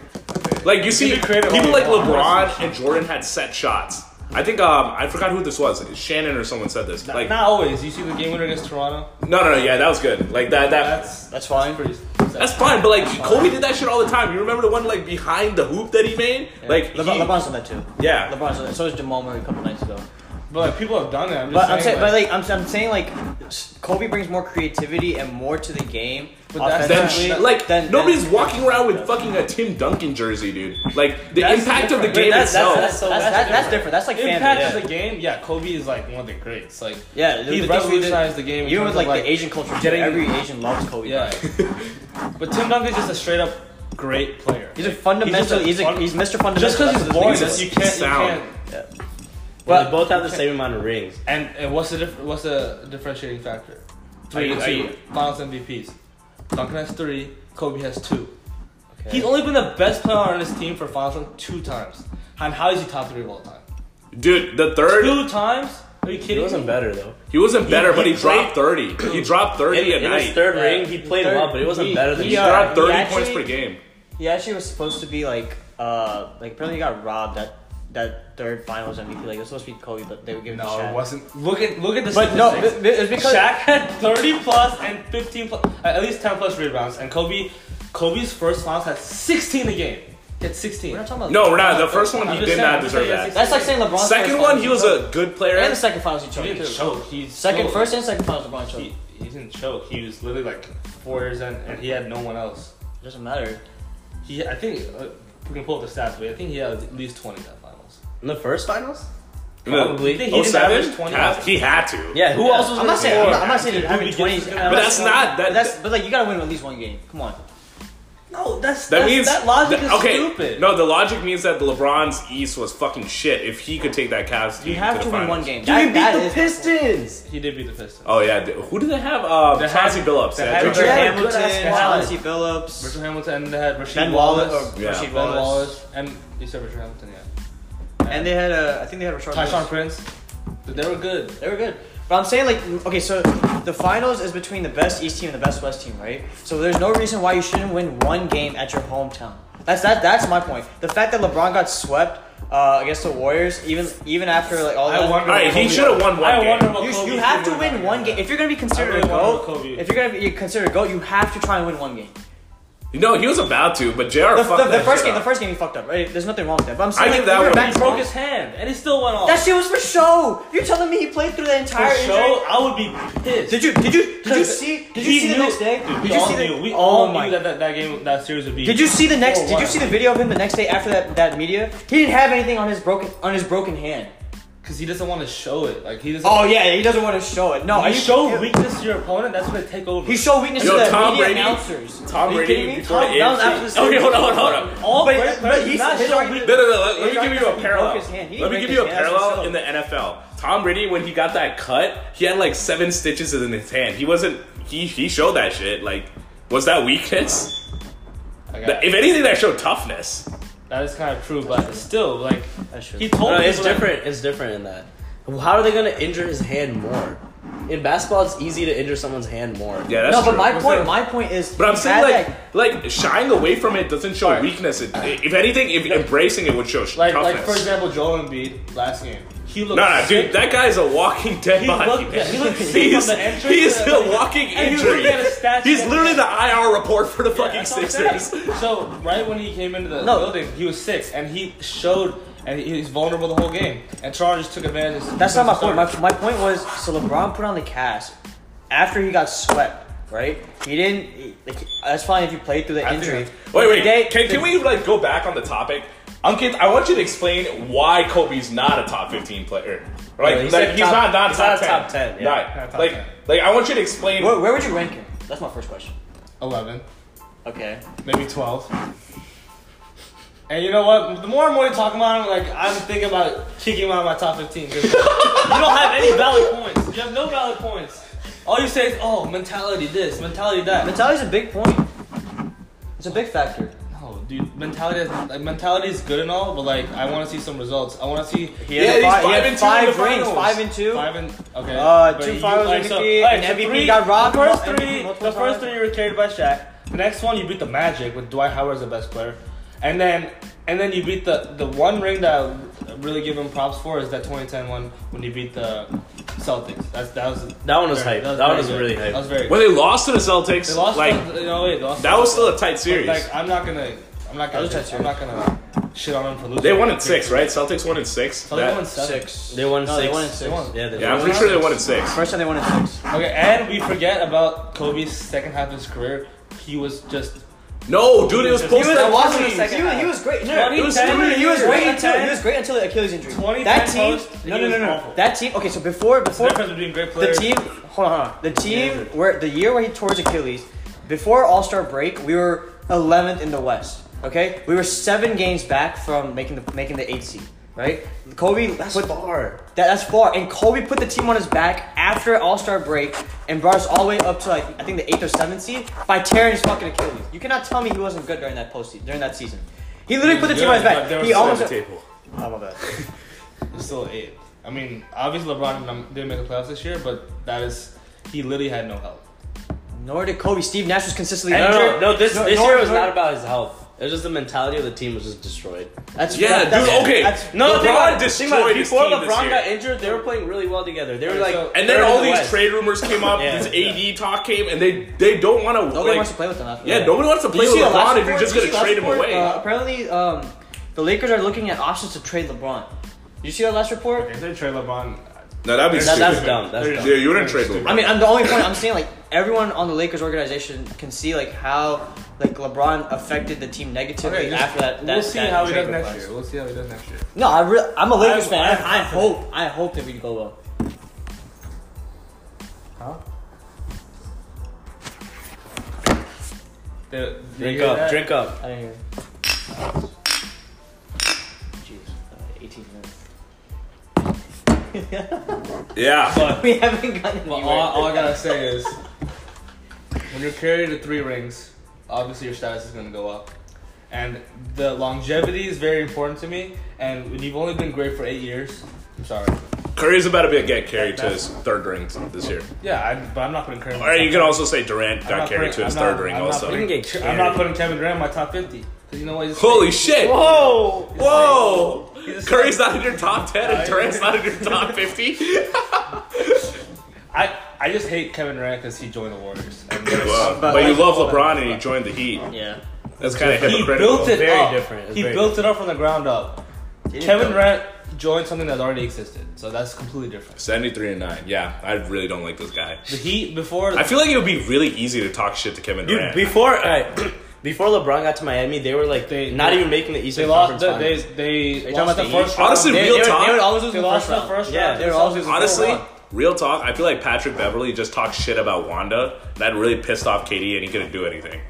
[SPEAKER 1] Like you see,
[SPEAKER 3] be creative
[SPEAKER 1] people
[SPEAKER 3] all
[SPEAKER 1] like
[SPEAKER 3] you want.
[SPEAKER 1] LeBron and Jordan had set shots. I think um I forgot who this was. Shannon or someone said this. Like no,
[SPEAKER 3] not always. You see the game winner against Toronto.
[SPEAKER 1] no, no. Yeah, that was good. Like that, that.
[SPEAKER 3] That's
[SPEAKER 4] That's fine.
[SPEAKER 3] pretty.
[SPEAKER 1] That's fine, but like Kobe did that shit all the time. You remember the one like behind the hoop that he made? Like he-
[SPEAKER 4] LeBron, LeBron's done that too.
[SPEAKER 1] Yeah.
[SPEAKER 4] LeBron's done that. So was Jamal Murray a couple nights ago.
[SPEAKER 3] But like, people have done it. I'm just
[SPEAKER 4] But I'm
[SPEAKER 3] saying.
[SPEAKER 4] saying, but like I'm, I'm saying, like s- Kobe brings more creativity and more to the game.
[SPEAKER 3] But that's-
[SPEAKER 1] Then,
[SPEAKER 4] offensively
[SPEAKER 3] That's-
[SPEAKER 1] like
[SPEAKER 4] than-
[SPEAKER 1] nobody's
[SPEAKER 4] than-
[SPEAKER 1] walking around with fucking a Tim Duncan jersey, dude. Like the impact of the
[SPEAKER 3] different.
[SPEAKER 1] game
[SPEAKER 4] That's, that's,
[SPEAKER 1] itself.
[SPEAKER 4] that's,
[SPEAKER 3] So
[SPEAKER 4] that's,
[SPEAKER 3] that's
[SPEAKER 4] that's,
[SPEAKER 3] different.
[SPEAKER 4] different. That's like fan
[SPEAKER 3] impact
[SPEAKER 4] base.
[SPEAKER 3] of the game. Yeah, Kobe is like one of the greats. Like
[SPEAKER 4] Yeah, the- the
[SPEAKER 3] he
[SPEAKER 4] things
[SPEAKER 3] revolutionized
[SPEAKER 4] we
[SPEAKER 3] the
[SPEAKER 4] did-
[SPEAKER 3] game. in
[SPEAKER 4] Even
[SPEAKER 3] terms
[SPEAKER 4] with
[SPEAKER 3] of,
[SPEAKER 4] like, the Asian culture,
[SPEAKER 3] getting-
[SPEAKER 4] every Asian loves Kobe.
[SPEAKER 3] Yeah. but Tim Duncan's just a straight up great player.
[SPEAKER 4] he's a fundamental. He's, a,
[SPEAKER 3] fun-
[SPEAKER 4] he's Mr. Fundamental.
[SPEAKER 3] just because
[SPEAKER 4] that's
[SPEAKER 3] he's
[SPEAKER 4] the
[SPEAKER 3] born,
[SPEAKER 4] thing.
[SPEAKER 1] that's-
[SPEAKER 3] you can't. You
[SPEAKER 1] sound.
[SPEAKER 3] can't.
[SPEAKER 2] Well,
[SPEAKER 4] But-
[SPEAKER 2] they both have the same amount of rings.
[SPEAKER 3] And, and what's the diff- what's the differentiating factor?
[SPEAKER 1] Are you- are you-
[SPEAKER 3] finals MVPs? Duncan has three. Kobe has two.
[SPEAKER 4] Okay.
[SPEAKER 3] He's only been the best player on his team for finals run two times. And how is he top three of all time?
[SPEAKER 1] Dude, the third
[SPEAKER 3] Two times? Are you kidding
[SPEAKER 2] He wasn't
[SPEAKER 3] me?
[SPEAKER 2] better though.
[SPEAKER 1] he wasn't better,
[SPEAKER 2] he
[SPEAKER 1] but he, dropped
[SPEAKER 2] played-
[SPEAKER 1] thirty. He dropped thirty
[SPEAKER 2] in,
[SPEAKER 1] a
[SPEAKER 2] in
[SPEAKER 1] night.
[SPEAKER 2] his third
[SPEAKER 4] Yeah.
[SPEAKER 2] ring, he played
[SPEAKER 4] Third-
[SPEAKER 2] well, but he wasn't
[SPEAKER 4] he-
[SPEAKER 2] better than
[SPEAKER 4] he,
[SPEAKER 1] he
[SPEAKER 4] uh,
[SPEAKER 2] Shaq.
[SPEAKER 1] dropped thirty
[SPEAKER 4] actually-
[SPEAKER 1] points per game.
[SPEAKER 4] He actually was supposed to be like, uh, like apparently he got robbed that that third finals MVP. Like it was supposed to be Kobe, but they would give it to
[SPEAKER 3] No,
[SPEAKER 4] Shaq.
[SPEAKER 3] it wasn't. Look at look at the
[SPEAKER 4] But no,
[SPEAKER 3] statistics.
[SPEAKER 4] b- b- it's because
[SPEAKER 3] Shaq had 30 plus and 15 plus, at least 10 plus rebounds, and Kobe, Kobe's first finals had 16 a game. Hit 16.
[SPEAKER 4] we're not talking about.
[SPEAKER 1] No, we're not. The first one
[SPEAKER 3] I'm
[SPEAKER 1] he
[SPEAKER 3] just
[SPEAKER 1] did
[SPEAKER 3] saying,
[SPEAKER 1] not
[SPEAKER 3] I'm just
[SPEAKER 1] deserve
[SPEAKER 3] saying,
[SPEAKER 1] that.
[SPEAKER 3] yes,
[SPEAKER 4] That's like saying LeBron.
[SPEAKER 1] Second one, he was a good
[SPEAKER 4] And the
[SPEAKER 1] player.
[SPEAKER 4] second finals he
[SPEAKER 3] he
[SPEAKER 4] choked
[SPEAKER 3] didn't
[SPEAKER 4] too.
[SPEAKER 3] choke. He
[SPEAKER 4] Second,
[SPEAKER 3] still-
[SPEAKER 4] first and second finals LeBron choked.
[SPEAKER 3] He, he didn't choke. He was literally like four years in, and he had no one else.
[SPEAKER 4] Doesn't matter.
[SPEAKER 3] He, I think, uh, we can pull up the stats, but I think he had at least 20 that finals.
[SPEAKER 2] In the first finals?
[SPEAKER 3] Probably. He
[SPEAKER 1] Oh
[SPEAKER 3] didn't
[SPEAKER 1] seven?
[SPEAKER 3] average 20.
[SPEAKER 1] Cavs? He had to.
[SPEAKER 2] Yeah, who else was
[SPEAKER 4] I'm
[SPEAKER 2] in
[SPEAKER 4] not
[SPEAKER 2] the
[SPEAKER 4] saying.
[SPEAKER 2] game?
[SPEAKER 4] I'm not, I'm not saying
[SPEAKER 3] Dude,
[SPEAKER 4] having
[SPEAKER 3] who
[SPEAKER 4] twenties.
[SPEAKER 3] gets-
[SPEAKER 4] I'm
[SPEAKER 1] But that's
[SPEAKER 4] saying-
[SPEAKER 1] not- that-
[SPEAKER 4] but that's but like you gotta win at least one game. Come on.
[SPEAKER 3] No, that's,
[SPEAKER 1] That
[SPEAKER 3] that's-
[SPEAKER 1] means
[SPEAKER 3] that logic
[SPEAKER 1] th-
[SPEAKER 3] is
[SPEAKER 1] okay,
[SPEAKER 3] stupid.
[SPEAKER 1] No, the logic means that LeBron's East was fucking shit. If he could take that Cavs team
[SPEAKER 4] You have
[SPEAKER 1] to,
[SPEAKER 4] to
[SPEAKER 1] the
[SPEAKER 4] win
[SPEAKER 1] finals.
[SPEAKER 4] one game.
[SPEAKER 2] You can
[SPEAKER 4] That, that
[SPEAKER 2] beat the
[SPEAKER 4] is.
[SPEAKER 2] Pistons!
[SPEAKER 3] He did beat the Pistons.
[SPEAKER 1] Oh yeah, th- who did they have? Uh,
[SPEAKER 3] They
[SPEAKER 1] Chauncey
[SPEAKER 3] had-
[SPEAKER 1] Billups.
[SPEAKER 3] they
[SPEAKER 1] yeah,
[SPEAKER 3] had
[SPEAKER 1] George-
[SPEAKER 3] Richard-
[SPEAKER 4] Yeah,
[SPEAKER 2] Hamilton,
[SPEAKER 4] good ass
[SPEAKER 2] Hamilton.
[SPEAKER 4] Chauncey Phillips,
[SPEAKER 3] Richard Hamilton and they had Rasheed
[SPEAKER 4] Ben
[SPEAKER 3] Wallace.
[SPEAKER 4] Wallace, or
[SPEAKER 1] Yeah.
[SPEAKER 4] Rasheed
[SPEAKER 3] Ben
[SPEAKER 4] Wallace.
[SPEAKER 3] Wallace and you said Richard Hamilton, yeah.
[SPEAKER 4] and they had a. I think they had Rashard.
[SPEAKER 3] Tyshawn
[SPEAKER 4] Lewis.
[SPEAKER 3] Prince. But they were good.
[SPEAKER 4] They were good. But I'm saying like okay, so the finals is between the best East team and the best West team, right? So there's no reason why you shouldn't win one game at your hometown. That's that. That's my point. The fact that LeBron got swept uh, against the Warriors, even even after like all
[SPEAKER 3] I
[SPEAKER 4] that,
[SPEAKER 3] wonder-
[SPEAKER 1] All right, he
[SPEAKER 3] Kobe-
[SPEAKER 1] should have won one
[SPEAKER 3] I
[SPEAKER 1] game.
[SPEAKER 3] wonder about
[SPEAKER 4] you,
[SPEAKER 3] Kobe
[SPEAKER 4] you have to
[SPEAKER 3] thinking
[SPEAKER 4] win
[SPEAKER 3] about
[SPEAKER 4] one
[SPEAKER 3] that.
[SPEAKER 4] game. If you're gonna be
[SPEAKER 3] I
[SPEAKER 4] considered a
[SPEAKER 3] really wanna
[SPEAKER 4] goat,
[SPEAKER 3] go Kobe.
[SPEAKER 4] if you're gonna be considered a goat, you have to try and win one game.
[SPEAKER 1] No, he was about to, but Jr.
[SPEAKER 4] The,
[SPEAKER 1] fucked
[SPEAKER 4] the, the
[SPEAKER 1] that
[SPEAKER 4] first
[SPEAKER 1] shit
[SPEAKER 4] game, the
[SPEAKER 1] up.
[SPEAKER 4] first game, he fucked up. Right? There's nothing wrong with that. But I'm
[SPEAKER 1] I
[SPEAKER 4] saying
[SPEAKER 1] give
[SPEAKER 4] like,
[SPEAKER 1] that
[SPEAKER 4] we were
[SPEAKER 1] one
[SPEAKER 4] back
[SPEAKER 1] to
[SPEAKER 3] broke
[SPEAKER 4] broke
[SPEAKER 3] his hand and it still went off.
[SPEAKER 4] That shit was for show. You're telling me he played through the entire
[SPEAKER 3] for
[SPEAKER 4] injury?
[SPEAKER 3] show. I would be pissed.
[SPEAKER 4] Did you did you did you see did you
[SPEAKER 3] He
[SPEAKER 4] see the
[SPEAKER 3] knew-
[SPEAKER 4] next day?
[SPEAKER 3] Dude, we
[SPEAKER 4] Did you
[SPEAKER 3] all
[SPEAKER 4] see
[SPEAKER 3] knew,
[SPEAKER 4] the
[SPEAKER 3] we
[SPEAKER 4] oh
[SPEAKER 3] all
[SPEAKER 4] my-
[SPEAKER 3] knew that, that that game that series would be.
[SPEAKER 4] Did you see the next? Did you
[SPEAKER 3] one.
[SPEAKER 4] see the video of him the next day after that, that media? He didn't have anything on his broken on his broken hand.
[SPEAKER 3] Because he doesn't want to show it. Like he doesn't.
[SPEAKER 4] Oh yeah, he doesn't want to show it. No,
[SPEAKER 3] you
[SPEAKER 4] are you
[SPEAKER 3] show
[SPEAKER 4] yeah.
[SPEAKER 3] weakness to your opponent. That's when they take over.
[SPEAKER 4] He showed weakness
[SPEAKER 1] Yo,
[SPEAKER 4] to the
[SPEAKER 1] Tom
[SPEAKER 4] media
[SPEAKER 1] Brady-
[SPEAKER 4] announcers.
[SPEAKER 1] Tom
[SPEAKER 4] Are you
[SPEAKER 1] Brady
[SPEAKER 4] kidding me?
[SPEAKER 1] before
[SPEAKER 4] Tom,
[SPEAKER 1] the
[SPEAKER 4] that was
[SPEAKER 1] AFC.
[SPEAKER 4] after the Super
[SPEAKER 1] Okay, hold on,
[SPEAKER 4] Bowl.
[SPEAKER 1] hold on, hold on.
[SPEAKER 3] all
[SPEAKER 4] But-
[SPEAKER 3] great
[SPEAKER 4] but
[SPEAKER 3] players
[SPEAKER 4] he's-
[SPEAKER 3] not
[SPEAKER 4] his
[SPEAKER 3] show
[SPEAKER 4] argument-
[SPEAKER 1] No,
[SPEAKER 3] weakness.
[SPEAKER 1] no, no. Let, let me
[SPEAKER 4] He
[SPEAKER 1] give you a
[SPEAKER 4] broke
[SPEAKER 1] parallel.
[SPEAKER 4] his hand. He
[SPEAKER 1] Let me
[SPEAKER 4] didn't
[SPEAKER 1] give
[SPEAKER 4] break
[SPEAKER 1] you a
[SPEAKER 4] his hand, that's
[SPEAKER 1] parallel
[SPEAKER 4] himself.
[SPEAKER 1] in the NFL. Tom Brady, when he got that cut, he had like seven stitches in his hand. He wasn't. He he showed that shit. Like, was that weakness?
[SPEAKER 3] I got
[SPEAKER 1] That-
[SPEAKER 3] it.
[SPEAKER 1] If anything, that showed toughness.
[SPEAKER 3] That is kind of true, but still, like
[SPEAKER 4] That's true.
[SPEAKER 3] he told
[SPEAKER 2] No,
[SPEAKER 3] me
[SPEAKER 2] it's different. It's different in that. How are they gonna injure his hand more? in basketball, it's easy to injure someone's hand more.
[SPEAKER 1] Yeah, that's
[SPEAKER 4] no,
[SPEAKER 1] true.
[SPEAKER 4] but my
[SPEAKER 3] What's
[SPEAKER 4] point,
[SPEAKER 3] that?
[SPEAKER 4] my point is,
[SPEAKER 1] But I'm
[SPEAKER 4] he's
[SPEAKER 1] saying
[SPEAKER 4] bad
[SPEAKER 1] like
[SPEAKER 4] at-
[SPEAKER 1] like shying away from it doesn't show weakness. It, if anything, if embracing it would show sh-
[SPEAKER 3] Like, like
[SPEAKER 1] toughness.
[SPEAKER 3] for example, Joel Embiid last game. He
[SPEAKER 1] no,
[SPEAKER 3] looked.
[SPEAKER 1] no,
[SPEAKER 3] sick.
[SPEAKER 1] dude, that guy is a walking dead
[SPEAKER 3] He
[SPEAKER 1] body.
[SPEAKER 3] looked-
[SPEAKER 1] man.
[SPEAKER 3] he looked sick
[SPEAKER 1] he's,
[SPEAKER 3] from the entrance
[SPEAKER 1] he's
[SPEAKER 3] to-
[SPEAKER 1] a walking
[SPEAKER 3] and he was
[SPEAKER 1] injury.
[SPEAKER 3] looking at his stats
[SPEAKER 1] he's
[SPEAKER 3] and
[SPEAKER 1] literally the IR report for the
[SPEAKER 3] Yeah,
[SPEAKER 1] fucking
[SPEAKER 3] that's what I'm
[SPEAKER 1] Sixers.
[SPEAKER 3] saying. So right when he came into the
[SPEAKER 4] No.
[SPEAKER 3] building, he was six, and he showed, and he- he's vulnerable the whole game. And Chargers took advantage.
[SPEAKER 4] That's not my point. My, my point was so LeBron put on the cast after he got swept, right? He didn't. he- like, that's fine if you played through the
[SPEAKER 3] think
[SPEAKER 4] injury.
[SPEAKER 1] Wait, wait.
[SPEAKER 4] They-
[SPEAKER 1] can, can
[SPEAKER 4] they-
[SPEAKER 1] we like go back on the topic? Unkid, I want you to explain why Kobe's not a top fifteen player. Right?
[SPEAKER 2] No, he
[SPEAKER 1] like
[SPEAKER 2] said
[SPEAKER 1] he's
[SPEAKER 2] top-
[SPEAKER 1] not not
[SPEAKER 2] he's
[SPEAKER 1] top,
[SPEAKER 2] not a top 10, yeah.
[SPEAKER 1] Right.
[SPEAKER 3] Not top
[SPEAKER 1] like
[SPEAKER 3] 10.
[SPEAKER 1] like I want you to explain
[SPEAKER 4] Where, where would you rank him? That's my first question.
[SPEAKER 3] Eleven,
[SPEAKER 4] Okay.
[SPEAKER 3] maybe twelve. And you know what? The more and more you talk about him, like I'm thinking about kicking him out of my top fifteen. 'cause you don't have any valid points. You have no valid points. All you say is, "Oh, mentality this, mentality that."
[SPEAKER 4] Mentality's a big point. It's a big factor.
[SPEAKER 3] No, dude, mentality is like mentality is good and all, but like I want to see some results. I want to see
[SPEAKER 4] He
[SPEAKER 1] Yeah,
[SPEAKER 4] had
[SPEAKER 1] he's
[SPEAKER 4] fi- he
[SPEAKER 1] five
[SPEAKER 4] had
[SPEAKER 1] and two in
[SPEAKER 4] five
[SPEAKER 1] the
[SPEAKER 4] rings,
[SPEAKER 1] finals.
[SPEAKER 4] five and two.
[SPEAKER 3] Five and okay.
[SPEAKER 4] Uh,
[SPEAKER 3] But
[SPEAKER 4] two
[SPEAKER 3] you-
[SPEAKER 4] finals
[SPEAKER 3] like,
[SPEAKER 4] MVP,
[SPEAKER 3] so-
[SPEAKER 4] and
[SPEAKER 3] like, so
[SPEAKER 4] MVP
[SPEAKER 3] three-
[SPEAKER 4] got robbed
[SPEAKER 3] The first
[SPEAKER 4] multiple-
[SPEAKER 3] three,
[SPEAKER 4] multiple
[SPEAKER 3] the first
[SPEAKER 4] times.
[SPEAKER 3] three were carried by Shaq. The next one you beat the Magic with Dwight Howard as the best player, and then and then you beat the the one ring that I really give him props for is that 2010 one when you beat the Celtics. That's that was
[SPEAKER 2] That one was hype.
[SPEAKER 3] very-
[SPEAKER 2] That one
[SPEAKER 3] very
[SPEAKER 2] was
[SPEAKER 3] good.
[SPEAKER 2] really hype.
[SPEAKER 3] That was very.
[SPEAKER 1] when they lost to the Celtics.
[SPEAKER 3] They lost.
[SPEAKER 1] like
[SPEAKER 3] to- no, wait, they lost
[SPEAKER 1] that
[SPEAKER 3] to-
[SPEAKER 1] was still a tight
[SPEAKER 3] but,
[SPEAKER 1] series.
[SPEAKER 3] Like I'm not gonna. I'm not gonna.
[SPEAKER 4] That was a
[SPEAKER 3] I'm not gonna shit on him for losing.
[SPEAKER 1] they won in six, right? Celtics won in six.
[SPEAKER 3] So
[SPEAKER 1] That-
[SPEAKER 3] they won seven.
[SPEAKER 4] Six.
[SPEAKER 2] They won
[SPEAKER 4] No, they
[SPEAKER 2] six.
[SPEAKER 4] won in six.
[SPEAKER 3] They won.
[SPEAKER 2] Yeah, they
[SPEAKER 1] yeah, I'm
[SPEAKER 2] won.
[SPEAKER 1] pretty sure they won in six.
[SPEAKER 4] First time they won in six.
[SPEAKER 3] Okay, and we forget about Kobe's second half of his career. He was just
[SPEAKER 1] No, dude, it was
[SPEAKER 3] He was-
[SPEAKER 1] post
[SPEAKER 3] that
[SPEAKER 1] that.
[SPEAKER 3] wasn't the second
[SPEAKER 4] He was,
[SPEAKER 3] half.
[SPEAKER 4] he was great. No,
[SPEAKER 3] Twenty
[SPEAKER 4] he was,
[SPEAKER 3] ten,
[SPEAKER 4] he was great
[SPEAKER 3] twenty
[SPEAKER 4] until
[SPEAKER 3] ten.
[SPEAKER 4] he was great until the Achilles injury.
[SPEAKER 3] Twenty
[SPEAKER 4] That
[SPEAKER 3] ten
[SPEAKER 4] team.
[SPEAKER 3] post,
[SPEAKER 4] no,
[SPEAKER 3] he
[SPEAKER 4] no, no,
[SPEAKER 3] was
[SPEAKER 4] no.
[SPEAKER 3] awful.
[SPEAKER 4] That team. Okay, so before
[SPEAKER 3] the
[SPEAKER 4] before
[SPEAKER 3] difference between
[SPEAKER 4] the
[SPEAKER 3] great players.
[SPEAKER 4] team. Hold on, hold on. The team where the year where he tore his Achilles, before All Star break, we were 11th in the West. Okay, we were seven games back from making the making the eight seed. Right, Kobe
[SPEAKER 2] That's
[SPEAKER 4] put
[SPEAKER 2] far.
[SPEAKER 4] That, that's far. And Kobe put the team on his back after All Star break and brought us all the way up to like I think the eighth or seventh seed by tearing his fucking Achilles. You cannot tell me he wasn't good during that postseason during that season. He literally put the team on his
[SPEAKER 3] Yeah,
[SPEAKER 4] back.
[SPEAKER 3] there
[SPEAKER 4] He
[SPEAKER 3] was
[SPEAKER 4] almost.
[SPEAKER 1] table.
[SPEAKER 4] Oh my bad.
[SPEAKER 3] It's still eight. I mean, obviously LeBron num- didn't make the playoffs this year, but that is he literally had no help.
[SPEAKER 4] Nor did Kobe. Steve Nash was consistently
[SPEAKER 2] No,
[SPEAKER 4] injured.
[SPEAKER 2] no, no, this this
[SPEAKER 4] nor-
[SPEAKER 2] year was
[SPEAKER 4] nor-
[SPEAKER 2] not about his health. It was just the mentality of the team was just destroyed.
[SPEAKER 4] That's
[SPEAKER 1] Yeah,
[SPEAKER 4] that- that's-
[SPEAKER 1] dude. Okay,
[SPEAKER 4] that's-
[SPEAKER 1] no,
[SPEAKER 2] think about
[SPEAKER 1] LeBron
[SPEAKER 2] it. Think about
[SPEAKER 1] destroyed
[SPEAKER 2] it.
[SPEAKER 1] his
[SPEAKER 2] Before
[SPEAKER 1] team this
[SPEAKER 2] LeBron
[SPEAKER 1] year.
[SPEAKER 2] got injured, they were playing really well together. They were like,
[SPEAKER 3] so-
[SPEAKER 1] And
[SPEAKER 2] they're
[SPEAKER 1] then
[SPEAKER 2] in
[SPEAKER 1] all
[SPEAKER 2] the
[SPEAKER 1] these
[SPEAKER 2] West.
[SPEAKER 1] trade rumors came up.
[SPEAKER 2] Yeah.
[SPEAKER 1] This AD talk came, and they they don't want to.
[SPEAKER 4] Nobody
[SPEAKER 1] Like,
[SPEAKER 4] wants to play with them. After
[SPEAKER 1] yeah,
[SPEAKER 4] that.
[SPEAKER 1] nobody wants to play
[SPEAKER 4] Did you
[SPEAKER 1] with
[SPEAKER 4] see the last
[SPEAKER 1] LeBron if you're
[SPEAKER 4] report?
[SPEAKER 1] just
[SPEAKER 4] Did
[SPEAKER 1] gonna
[SPEAKER 4] you see the
[SPEAKER 1] trade him
[SPEAKER 4] last report?
[SPEAKER 1] away.
[SPEAKER 4] Uh, apparently, um, the Lakers are looking at options to trade LeBron. Did you see that last report?
[SPEAKER 3] If they trade LeBron,
[SPEAKER 1] no, that'd be
[SPEAKER 2] That- that's
[SPEAKER 1] stupid.
[SPEAKER 2] dumb. That's
[SPEAKER 3] They're
[SPEAKER 2] dumb.
[SPEAKER 1] Yeah, you wouldn't trade
[SPEAKER 3] Stupid.
[SPEAKER 1] LeBron.
[SPEAKER 4] I mean, I'm the only point I'm saying like everyone on the Lakers organization can see like how like LeBron affected the team negatively
[SPEAKER 3] just-
[SPEAKER 4] after that. that
[SPEAKER 3] we'll see
[SPEAKER 4] that
[SPEAKER 3] how he
[SPEAKER 4] trade
[SPEAKER 3] does next year.
[SPEAKER 4] request.
[SPEAKER 3] We'll see how he does next year.
[SPEAKER 4] No, I re- I'm a Lakers
[SPEAKER 3] I-
[SPEAKER 4] fan. I,
[SPEAKER 3] I-
[SPEAKER 4] I hope I hope that we go well.
[SPEAKER 3] Huh? The,
[SPEAKER 2] Drink up, drink up.
[SPEAKER 4] I didn't hear. Jeez, uh, 18 minutes.
[SPEAKER 1] yeah.
[SPEAKER 4] We haven't gotten
[SPEAKER 3] Well, uh,
[SPEAKER 4] anywhere.
[SPEAKER 3] all, all I gotta say is, when you're carried to three rings, obviously your status is gonna go up, and the longevity is very important to me. And when you've only been great for eight years, I'm sorry.
[SPEAKER 1] Curry's about to be get carried to
[SPEAKER 3] That's-
[SPEAKER 1] his third ring this year.
[SPEAKER 3] Yeah, I, but I'm not putting Curry. in
[SPEAKER 1] All
[SPEAKER 3] my
[SPEAKER 1] right, you
[SPEAKER 3] top
[SPEAKER 1] can
[SPEAKER 3] 50.
[SPEAKER 1] also say Durant
[SPEAKER 3] I'm
[SPEAKER 1] got
[SPEAKER 3] not
[SPEAKER 1] carried
[SPEAKER 3] putting-
[SPEAKER 1] to his
[SPEAKER 3] I'm not-
[SPEAKER 1] third ring
[SPEAKER 3] I'm not
[SPEAKER 1] also.
[SPEAKER 3] putting-
[SPEAKER 2] You can get
[SPEAKER 3] I'm not
[SPEAKER 2] carried.
[SPEAKER 3] putting Kevin Durant in my top 50 because you know what? He's a
[SPEAKER 1] Holy
[SPEAKER 3] snake.
[SPEAKER 1] shit!
[SPEAKER 2] Whoa!
[SPEAKER 1] Whoa!
[SPEAKER 3] He's a snake.
[SPEAKER 1] Curry's not in your top ten, and Durant's not in your top fifty.
[SPEAKER 3] I I just hate Kevin Durant because he joined the Warriors. And
[SPEAKER 1] Wow. But you love LeBron and you joined the Heat.
[SPEAKER 4] yeah.
[SPEAKER 1] That's kind of
[SPEAKER 3] he built
[SPEAKER 1] hypocritical.
[SPEAKER 3] it
[SPEAKER 2] Very
[SPEAKER 3] up.
[SPEAKER 2] different. It's
[SPEAKER 3] He
[SPEAKER 2] very
[SPEAKER 3] built it up from the ground up. Kevin
[SPEAKER 4] Durant.
[SPEAKER 3] Durant joined something that already existed, so that's completely different.
[SPEAKER 1] Seventy-three and nine. Yeah, I really don't like this guy.
[SPEAKER 3] The Heat before
[SPEAKER 1] I feel like it would be really easy to talk shit to Kevin
[SPEAKER 2] Dude,
[SPEAKER 1] Durant.
[SPEAKER 2] before alright, before LeBron got to Miami, they were like
[SPEAKER 3] They-
[SPEAKER 2] not
[SPEAKER 3] they-
[SPEAKER 2] even making the Eastern
[SPEAKER 3] They lost.
[SPEAKER 2] Conference
[SPEAKER 3] The, they
[SPEAKER 2] Finals.
[SPEAKER 3] they,
[SPEAKER 4] you
[SPEAKER 3] lost the
[SPEAKER 4] talking about the
[SPEAKER 3] first. round.
[SPEAKER 1] Honestly,
[SPEAKER 4] They,
[SPEAKER 1] real
[SPEAKER 4] they, would,
[SPEAKER 1] talk.
[SPEAKER 4] they would always lose
[SPEAKER 3] they
[SPEAKER 4] in the
[SPEAKER 3] lost
[SPEAKER 4] first
[SPEAKER 3] the
[SPEAKER 4] round.
[SPEAKER 3] first
[SPEAKER 2] Yeah,
[SPEAKER 3] round.
[SPEAKER 4] they were always losing the first
[SPEAKER 1] Honestly,
[SPEAKER 4] round.
[SPEAKER 1] real talk. I feel like Patrick Beverly just talked shit about Wanda. That really pissed off KD, and he couldn't do anything.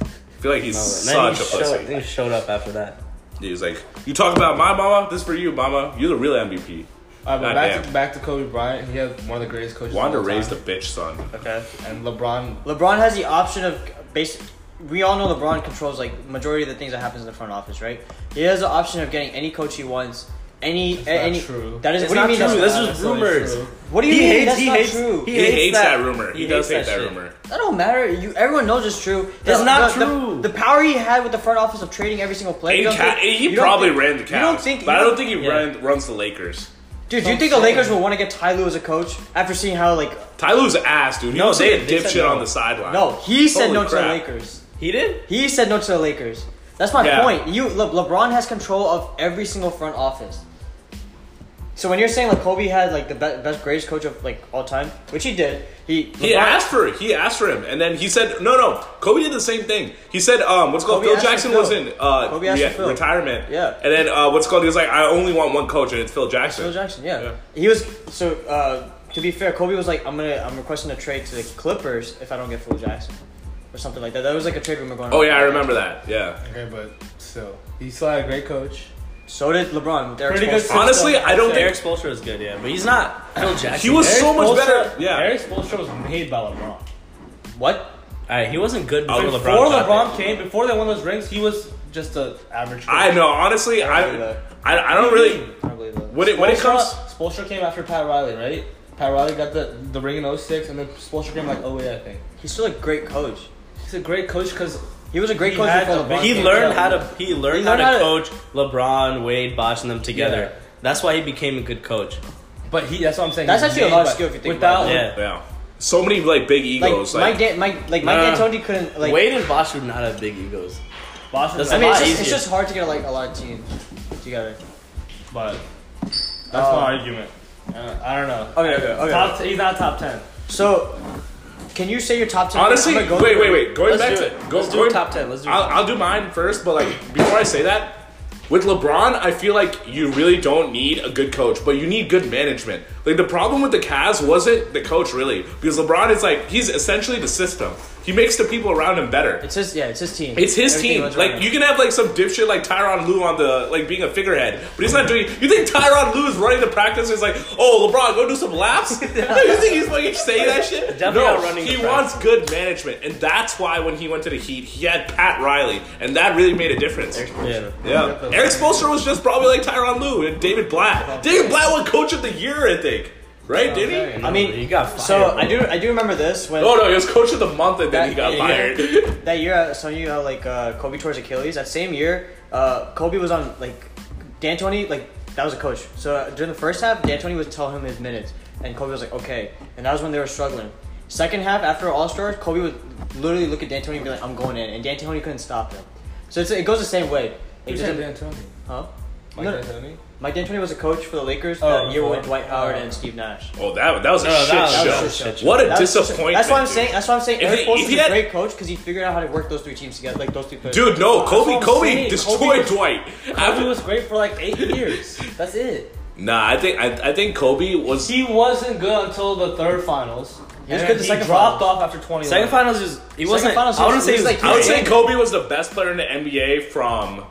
[SPEAKER 1] I feel like he's
[SPEAKER 2] And then he
[SPEAKER 1] such a
[SPEAKER 2] showed,
[SPEAKER 1] pussy.
[SPEAKER 2] then he showed up after that.
[SPEAKER 1] He was like, "You talk about my mama. This for you, mama. You're the real MVP."
[SPEAKER 3] All
[SPEAKER 1] God
[SPEAKER 3] right, but back to,
[SPEAKER 1] damn.
[SPEAKER 3] back to Kobe Bryant. He had one of the greatest coaches.
[SPEAKER 1] Wanda
[SPEAKER 3] of all
[SPEAKER 1] raised a
[SPEAKER 3] time.
[SPEAKER 1] bitch son.
[SPEAKER 2] Okay.
[SPEAKER 3] and LeBron.
[SPEAKER 4] LeBron has the option of basic. We all know LeBron controls like majority of the things that happens in the front office, right? He has the option of getting any coach he wants, any
[SPEAKER 3] not
[SPEAKER 4] any
[SPEAKER 3] true.
[SPEAKER 4] that is
[SPEAKER 2] It's
[SPEAKER 4] what do you
[SPEAKER 2] not
[SPEAKER 4] mean
[SPEAKER 2] true.
[SPEAKER 4] that's
[SPEAKER 2] This
[SPEAKER 4] not
[SPEAKER 2] is
[SPEAKER 3] not
[SPEAKER 2] rumors.
[SPEAKER 3] true.
[SPEAKER 4] What do you
[SPEAKER 1] He
[SPEAKER 4] mean
[SPEAKER 1] hates-
[SPEAKER 4] that's
[SPEAKER 1] he
[SPEAKER 4] not
[SPEAKER 1] hates-
[SPEAKER 4] true?
[SPEAKER 1] He hates that rumor. He does hate
[SPEAKER 2] hates that
[SPEAKER 1] that
[SPEAKER 2] shit.
[SPEAKER 1] rumor.
[SPEAKER 4] That don't matter. You everyone knows it's true.
[SPEAKER 2] That's
[SPEAKER 4] The-
[SPEAKER 2] not
[SPEAKER 4] the- the-
[SPEAKER 2] true.
[SPEAKER 4] The, power he had with the front office of trading every single player. you
[SPEAKER 1] In
[SPEAKER 4] don't
[SPEAKER 1] Ca-
[SPEAKER 4] think-
[SPEAKER 1] he
[SPEAKER 4] you don't
[SPEAKER 1] probably
[SPEAKER 4] think-
[SPEAKER 1] ran the Cavs.
[SPEAKER 4] You don't think?
[SPEAKER 1] but I don't think he
[SPEAKER 2] yeah.
[SPEAKER 1] ran, runs the Lakers.
[SPEAKER 4] Dude, do you
[SPEAKER 3] I'm
[SPEAKER 4] think the
[SPEAKER 3] saying.
[SPEAKER 4] Lakers would want to get Ty Lue as a coach after seeing how like?
[SPEAKER 1] Tyloo's ass, dude. He
[SPEAKER 2] No,
[SPEAKER 1] looks
[SPEAKER 2] they-
[SPEAKER 1] like a
[SPEAKER 2] they said
[SPEAKER 1] dipshit
[SPEAKER 2] no.
[SPEAKER 1] on the sideline.
[SPEAKER 4] No, he said
[SPEAKER 1] Holy
[SPEAKER 4] no to the
[SPEAKER 1] crap.
[SPEAKER 4] Lakers.
[SPEAKER 2] He did?
[SPEAKER 4] He said no to the Lakers. That's my
[SPEAKER 1] Yeah.
[SPEAKER 4] point. You Le- LeBron has control of every single front office. So when you're saying like Kobe had like the be- best greatest coach of like all time, which he did, he
[SPEAKER 1] He
[SPEAKER 4] LeBron-
[SPEAKER 1] asked for it. He asked for him, and then he said, "No, no." Kobe did the same thing. He said, "Um, what's called
[SPEAKER 4] Kobe
[SPEAKER 1] Phil
[SPEAKER 4] asked
[SPEAKER 1] Jackson
[SPEAKER 4] for Phil.
[SPEAKER 1] was in uh
[SPEAKER 4] Kobe asked for
[SPEAKER 1] re-
[SPEAKER 4] Phil.
[SPEAKER 1] retirement."
[SPEAKER 4] Yeah.
[SPEAKER 1] And then uh, what's called he was like, "I only want one coach, and it's Phil Jackson."
[SPEAKER 4] Phil Jackson, yeah.
[SPEAKER 1] Yeah.
[SPEAKER 4] He was so. Uh, to be fair, Kobe was like, "I'm gonna, I'm requesting a trade to the Clippers if I don't get Phil Jackson, or something like that." That was like a trade rumor going.
[SPEAKER 1] Oh
[SPEAKER 4] on.
[SPEAKER 1] yeah, I remember that. Yeah.
[SPEAKER 3] Okay, but still, he still had a great coach.
[SPEAKER 4] So did LeBron. with Derek
[SPEAKER 3] Pretty good
[SPEAKER 4] Spoelstra.
[SPEAKER 3] system.
[SPEAKER 1] Honestly, I don't
[SPEAKER 2] Eric
[SPEAKER 1] think
[SPEAKER 2] Spoelstra is good, yeah, but he's not Phil
[SPEAKER 1] he
[SPEAKER 2] Jackson.
[SPEAKER 1] was so much
[SPEAKER 3] Spoelstra-
[SPEAKER 1] better. Yeah.
[SPEAKER 3] Eric Spoelstra was made by LeBron.
[SPEAKER 4] What?
[SPEAKER 2] Alright, he wasn't good before
[SPEAKER 1] Oh,
[SPEAKER 2] LeBron.
[SPEAKER 3] Before
[SPEAKER 2] got
[SPEAKER 3] LeBron
[SPEAKER 2] there.
[SPEAKER 3] came, before they won those rings, he was just an average. Coach.
[SPEAKER 1] I know. Honestly, I
[SPEAKER 4] believe that.
[SPEAKER 1] I, I don't really.
[SPEAKER 4] I don't believe that.
[SPEAKER 1] When it when it
[SPEAKER 3] Spoelstra-
[SPEAKER 1] comes,
[SPEAKER 3] Spoelstra came after Pat Riley, right? Pat Riley got the the ring in 06, and then Spoelstra came like 08, I think.
[SPEAKER 4] He's still a great coach.
[SPEAKER 3] He's a great coach because
[SPEAKER 4] He was a great
[SPEAKER 3] He
[SPEAKER 4] coach
[SPEAKER 3] had
[SPEAKER 4] before
[SPEAKER 3] the
[SPEAKER 4] LeBron.
[SPEAKER 2] he
[SPEAKER 4] came.
[SPEAKER 2] learned how to he learned,
[SPEAKER 4] He learned
[SPEAKER 2] how to
[SPEAKER 4] how to-
[SPEAKER 2] coach LeBron, Wade, Bosh, and them together.
[SPEAKER 3] Yeah.
[SPEAKER 2] That's why he became a good coach.
[SPEAKER 3] But he, that's what I'm saying.
[SPEAKER 4] That's
[SPEAKER 3] he's
[SPEAKER 4] actually a
[SPEAKER 3] made
[SPEAKER 4] lot of
[SPEAKER 3] by-
[SPEAKER 4] skill if you think
[SPEAKER 3] without,
[SPEAKER 4] about it.
[SPEAKER 2] Yeah.
[SPEAKER 1] yeah. So many like big
[SPEAKER 4] Like
[SPEAKER 1] egos. Like,
[SPEAKER 4] Mike, Dan- Mike, like Mike
[SPEAKER 2] Nah.
[SPEAKER 4] D'Antoni couldn't like.
[SPEAKER 2] Wade and Bosh would not have big egos.
[SPEAKER 3] Bosh was
[SPEAKER 2] That's
[SPEAKER 4] I mean,
[SPEAKER 2] a
[SPEAKER 4] it's
[SPEAKER 2] lot
[SPEAKER 4] just, it's
[SPEAKER 2] easier.
[SPEAKER 4] just hard to get like a lot of teams together.
[SPEAKER 3] like- but that's
[SPEAKER 4] Um,
[SPEAKER 3] my argument. Uh, I don't know.
[SPEAKER 4] Okay, okay, okay.
[SPEAKER 3] Top t- he's not top ten.
[SPEAKER 4] So, can you say your top ten?
[SPEAKER 1] honestly,
[SPEAKER 4] I'm gonna go
[SPEAKER 1] wait,
[SPEAKER 4] through
[SPEAKER 1] wait, wait. Going
[SPEAKER 2] Let's
[SPEAKER 1] back
[SPEAKER 2] do
[SPEAKER 1] to
[SPEAKER 2] it.
[SPEAKER 1] go-
[SPEAKER 2] Let's do
[SPEAKER 1] going-
[SPEAKER 2] a top ten. Let's do
[SPEAKER 1] I'll, I'll do mine first, but like before I say that, with LeBron, I feel like you really don't need a good coach, but you need good management. Like the problem with the Cavs wasn't the coach really, because LeBron is like he's essentially the system. He makes the people around him better.
[SPEAKER 4] It's his, yeah, it's his team.
[SPEAKER 1] It's his
[SPEAKER 4] Everything
[SPEAKER 1] team.
[SPEAKER 4] runs
[SPEAKER 1] Like
[SPEAKER 4] around
[SPEAKER 1] you
[SPEAKER 4] him.
[SPEAKER 1] can have like some dipshit like Tyron Lue on the like being a figurehead, but he's not doing. You think Tyron Lue is running the practice? He's like, oh LeBron, go do some laps. you think he's fucking saying that shit?
[SPEAKER 2] Definitely
[SPEAKER 1] no,
[SPEAKER 2] not running
[SPEAKER 1] he
[SPEAKER 2] the
[SPEAKER 1] wants good management, and that's why when he went to the Heat, he had Pat Riley, and that really made a difference.
[SPEAKER 2] Yeah.
[SPEAKER 1] Yeah, Eric Spoelstra was just probably like Tyron Lue and David Blatt. David Blatt won Coach of the Year, I think. Right? Did
[SPEAKER 3] Okay.
[SPEAKER 1] he?
[SPEAKER 4] I mean,
[SPEAKER 2] you got fired.
[SPEAKER 4] So I do, I do remember this when
[SPEAKER 1] Oh no, he was Coach of the Month, and then he got
[SPEAKER 4] Yeah, yeah.
[SPEAKER 1] fired.
[SPEAKER 4] that year uh, some of you uh, like uh, Kobe tore his Achilles. That same year, uh, Kobe was on like D'Antoni like that was a coach. So uh, during the first half, D'Antoni would tell him his minutes, and Kobe was like okay, and that was when they were struggling. Second half after All Stars, Kobe would literally look at D'Antoni and be like I'm going in, and D'Antoni couldn't stop him. So it's, it goes the same way. It
[SPEAKER 3] Who's
[SPEAKER 4] doesn't-
[SPEAKER 3] D'Antoni?
[SPEAKER 4] huh?
[SPEAKER 3] Mike
[SPEAKER 4] No,
[SPEAKER 3] D'Antoni?
[SPEAKER 4] Mike D'Antoni was a coach for the Lakers
[SPEAKER 3] Oh,
[SPEAKER 4] that year with
[SPEAKER 3] for-
[SPEAKER 4] Dwight Howard
[SPEAKER 3] oh.
[SPEAKER 4] and Steve Nash.
[SPEAKER 1] Oh, that, that was a
[SPEAKER 2] No, that
[SPEAKER 1] shit,
[SPEAKER 2] was-
[SPEAKER 1] show.
[SPEAKER 2] that
[SPEAKER 4] was a shit
[SPEAKER 2] show.
[SPEAKER 1] What a
[SPEAKER 4] That was just-
[SPEAKER 1] disappointment.
[SPEAKER 4] That's what I'm
[SPEAKER 1] dude.
[SPEAKER 4] saying. That's what I'm saying.
[SPEAKER 1] If
[SPEAKER 4] Eric
[SPEAKER 1] he-
[SPEAKER 4] Spoelstra's
[SPEAKER 1] if he
[SPEAKER 4] a
[SPEAKER 1] had-
[SPEAKER 4] great coach because he figured out how to work those three teams together, like those three players.
[SPEAKER 1] Dude, no, Kobe,
[SPEAKER 3] That's what I'm
[SPEAKER 1] Kobe
[SPEAKER 3] saying.
[SPEAKER 1] destroyed
[SPEAKER 3] Kobe-
[SPEAKER 1] Dwight.
[SPEAKER 3] Kobe
[SPEAKER 1] After-
[SPEAKER 3] was great for like eight years. That's it.
[SPEAKER 1] nah, I think I, I think Kobe was.
[SPEAKER 3] He wasn't good until the third finals.
[SPEAKER 4] He was
[SPEAKER 3] and
[SPEAKER 4] good the
[SPEAKER 3] he
[SPEAKER 4] second
[SPEAKER 3] dropped off after 20.
[SPEAKER 2] Second finals is he wasn't.
[SPEAKER 4] finals
[SPEAKER 2] I wouldn't
[SPEAKER 4] was-
[SPEAKER 2] say
[SPEAKER 4] he
[SPEAKER 2] he
[SPEAKER 4] was
[SPEAKER 2] was
[SPEAKER 4] like-
[SPEAKER 1] I would say Kobe was the best player in the NBA from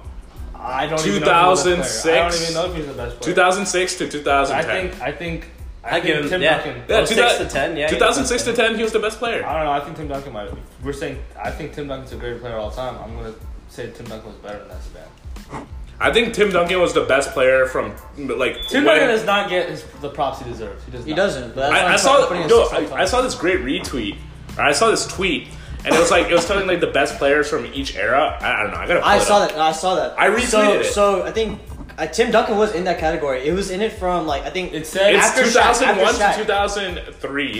[SPEAKER 3] I don't even know if he was the best player. I don't even know if he's the best player.
[SPEAKER 1] 2006 to 2010.
[SPEAKER 3] I think. I think. I,
[SPEAKER 2] I
[SPEAKER 3] think
[SPEAKER 2] give him
[SPEAKER 3] Tim
[SPEAKER 2] yeah.
[SPEAKER 3] Duncan.
[SPEAKER 1] Yeah,
[SPEAKER 2] Oh,
[SPEAKER 1] 2000
[SPEAKER 2] six to ten. Yeah,
[SPEAKER 1] 2006 to 10, he was the best player.
[SPEAKER 3] I don't know. I think Tim Duncan might. We're saying I think Tim Duncan's a great player all time. I'm gonna say Tim Duncan was better than that span.
[SPEAKER 1] I think Tim Duncan was the best player from like.
[SPEAKER 3] Tim
[SPEAKER 1] when-
[SPEAKER 3] Duncan does not get his, the props he deserves. He does.
[SPEAKER 4] He
[SPEAKER 3] not.
[SPEAKER 4] doesn't. But that's why
[SPEAKER 1] I, I
[SPEAKER 4] I'm
[SPEAKER 1] saw
[SPEAKER 4] putting it
[SPEAKER 1] no,
[SPEAKER 4] six on
[SPEAKER 1] I,
[SPEAKER 4] top.
[SPEAKER 1] I saw this great retweet. Or I saw this tweet, and it was like it was telling like the best players from each era. I, I don't know. I gotta. Pull
[SPEAKER 4] I
[SPEAKER 1] it
[SPEAKER 4] saw
[SPEAKER 1] up.
[SPEAKER 4] that. I saw that.
[SPEAKER 1] I retweeted
[SPEAKER 4] so,
[SPEAKER 1] it.
[SPEAKER 4] So I think uh, Tim Duncan was in that category. It was in it from like I think
[SPEAKER 3] It said-
[SPEAKER 1] It's
[SPEAKER 4] after Shaq-
[SPEAKER 1] 2001
[SPEAKER 4] after Shaq.
[SPEAKER 1] to 2003,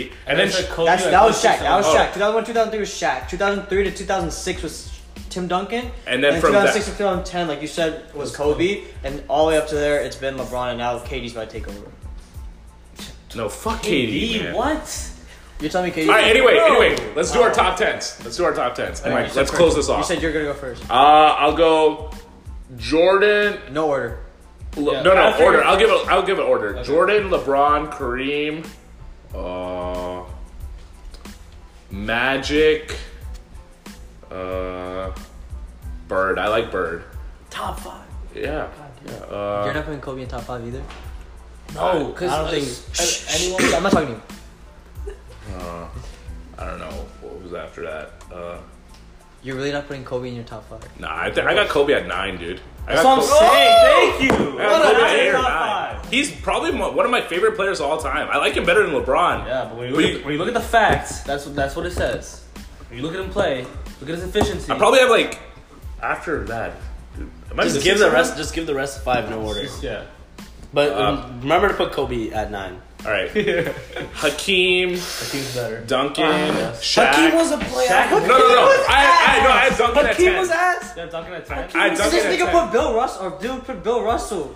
[SPEAKER 1] and
[SPEAKER 3] And
[SPEAKER 1] then
[SPEAKER 3] then
[SPEAKER 1] Sha-
[SPEAKER 3] Kobe
[SPEAKER 4] That's,
[SPEAKER 3] like,
[SPEAKER 4] that was
[SPEAKER 3] posted
[SPEAKER 4] Shaq. That was
[SPEAKER 1] Oh.
[SPEAKER 4] Shaq. 2001, 2003 was Shaq. 2003 to 2006 was Tim Duncan.
[SPEAKER 1] And then from
[SPEAKER 4] 2006
[SPEAKER 1] that-
[SPEAKER 4] to 2010, like you said, was Kobe. And all the way up to there, it's been LeBron, and now KD's about to take over.
[SPEAKER 1] no fuck
[SPEAKER 3] KD,
[SPEAKER 1] KD. man. All
[SPEAKER 3] what?
[SPEAKER 4] You're telling me KD?
[SPEAKER 1] right. Anyway,
[SPEAKER 3] No.
[SPEAKER 1] anyway, let's do our top tens. Let's do our top tens.
[SPEAKER 4] Oh. All right,
[SPEAKER 1] Mike,
[SPEAKER 4] you said
[SPEAKER 1] let's
[SPEAKER 4] first.
[SPEAKER 1] close this
[SPEAKER 4] You
[SPEAKER 1] off. Uh,
[SPEAKER 4] said you're gonna go first.
[SPEAKER 1] I'll go. Jordan.
[SPEAKER 4] No order.
[SPEAKER 1] Le-
[SPEAKER 3] Yeah.
[SPEAKER 1] No,
[SPEAKER 3] I'll
[SPEAKER 1] no
[SPEAKER 3] figure
[SPEAKER 1] order.
[SPEAKER 3] it
[SPEAKER 1] I'll give it. I'll give it order. Jordan, LeBron, Kareem, uh, Magic, uh, Bird. I like Bird.
[SPEAKER 4] Top five.
[SPEAKER 1] Yeah. yeah.
[SPEAKER 4] You're
[SPEAKER 1] Uh,
[SPEAKER 4] not putting Kobe in top five either.
[SPEAKER 3] No, because
[SPEAKER 2] I don't
[SPEAKER 3] anyone.
[SPEAKER 4] I'm not talking to you.
[SPEAKER 1] I don't know what was after that. Uh,
[SPEAKER 4] You're really not putting Kobe in your top five.
[SPEAKER 1] Nah, I, th- I got Kobe at nine, dude. I
[SPEAKER 3] That's
[SPEAKER 1] got
[SPEAKER 3] what I'm
[SPEAKER 1] Kobe-
[SPEAKER 3] saying. Oh, Thank you.
[SPEAKER 1] I got
[SPEAKER 3] What a
[SPEAKER 1] Kobe at
[SPEAKER 3] high
[SPEAKER 1] eight or
[SPEAKER 3] top
[SPEAKER 1] nine.
[SPEAKER 3] five.
[SPEAKER 1] He's probably mo- one of my favorite players of all time. I like him better than LeBron.
[SPEAKER 3] Yeah, but when you,
[SPEAKER 1] But
[SPEAKER 3] look
[SPEAKER 1] you-
[SPEAKER 3] at, when you look at the facts, that's what that's what it says. When you look at him play, look at his efficiency.
[SPEAKER 1] I probably have like after that. Dude, am I
[SPEAKER 2] Just
[SPEAKER 1] missing
[SPEAKER 2] give the
[SPEAKER 1] someone?
[SPEAKER 2] rest. Just give the rest five in order.
[SPEAKER 3] yeah.
[SPEAKER 2] But um, remember to put Kobe at nine.
[SPEAKER 1] All right, Hakeem,
[SPEAKER 3] The team's better.
[SPEAKER 1] Duncan,
[SPEAKER 3] Ah,
[SPEAKER 1] Shaq.
[SPEAKER 2] Hakeem was a player.
[SPEAKER 1] no, no, no. I, I, no, I had Duncan at ten.
[SPEAKER 2] Hakeem was ass.
[SPEAKER 3] Yeah, Duncan at
[SPEAKER 1] I
[SPEAKER 3] ten.
[SPEAKER 1] had
[SPEAKER 4] Does
[SPEAKER 1] Duncan
[SPEAKER 4] this
[SPEAKER 1] at
[SPEAKER 4] nigga
[SPEAKER 1] 10.
[SPEAKER 4] put Bill Russell or dude put Bill Russell?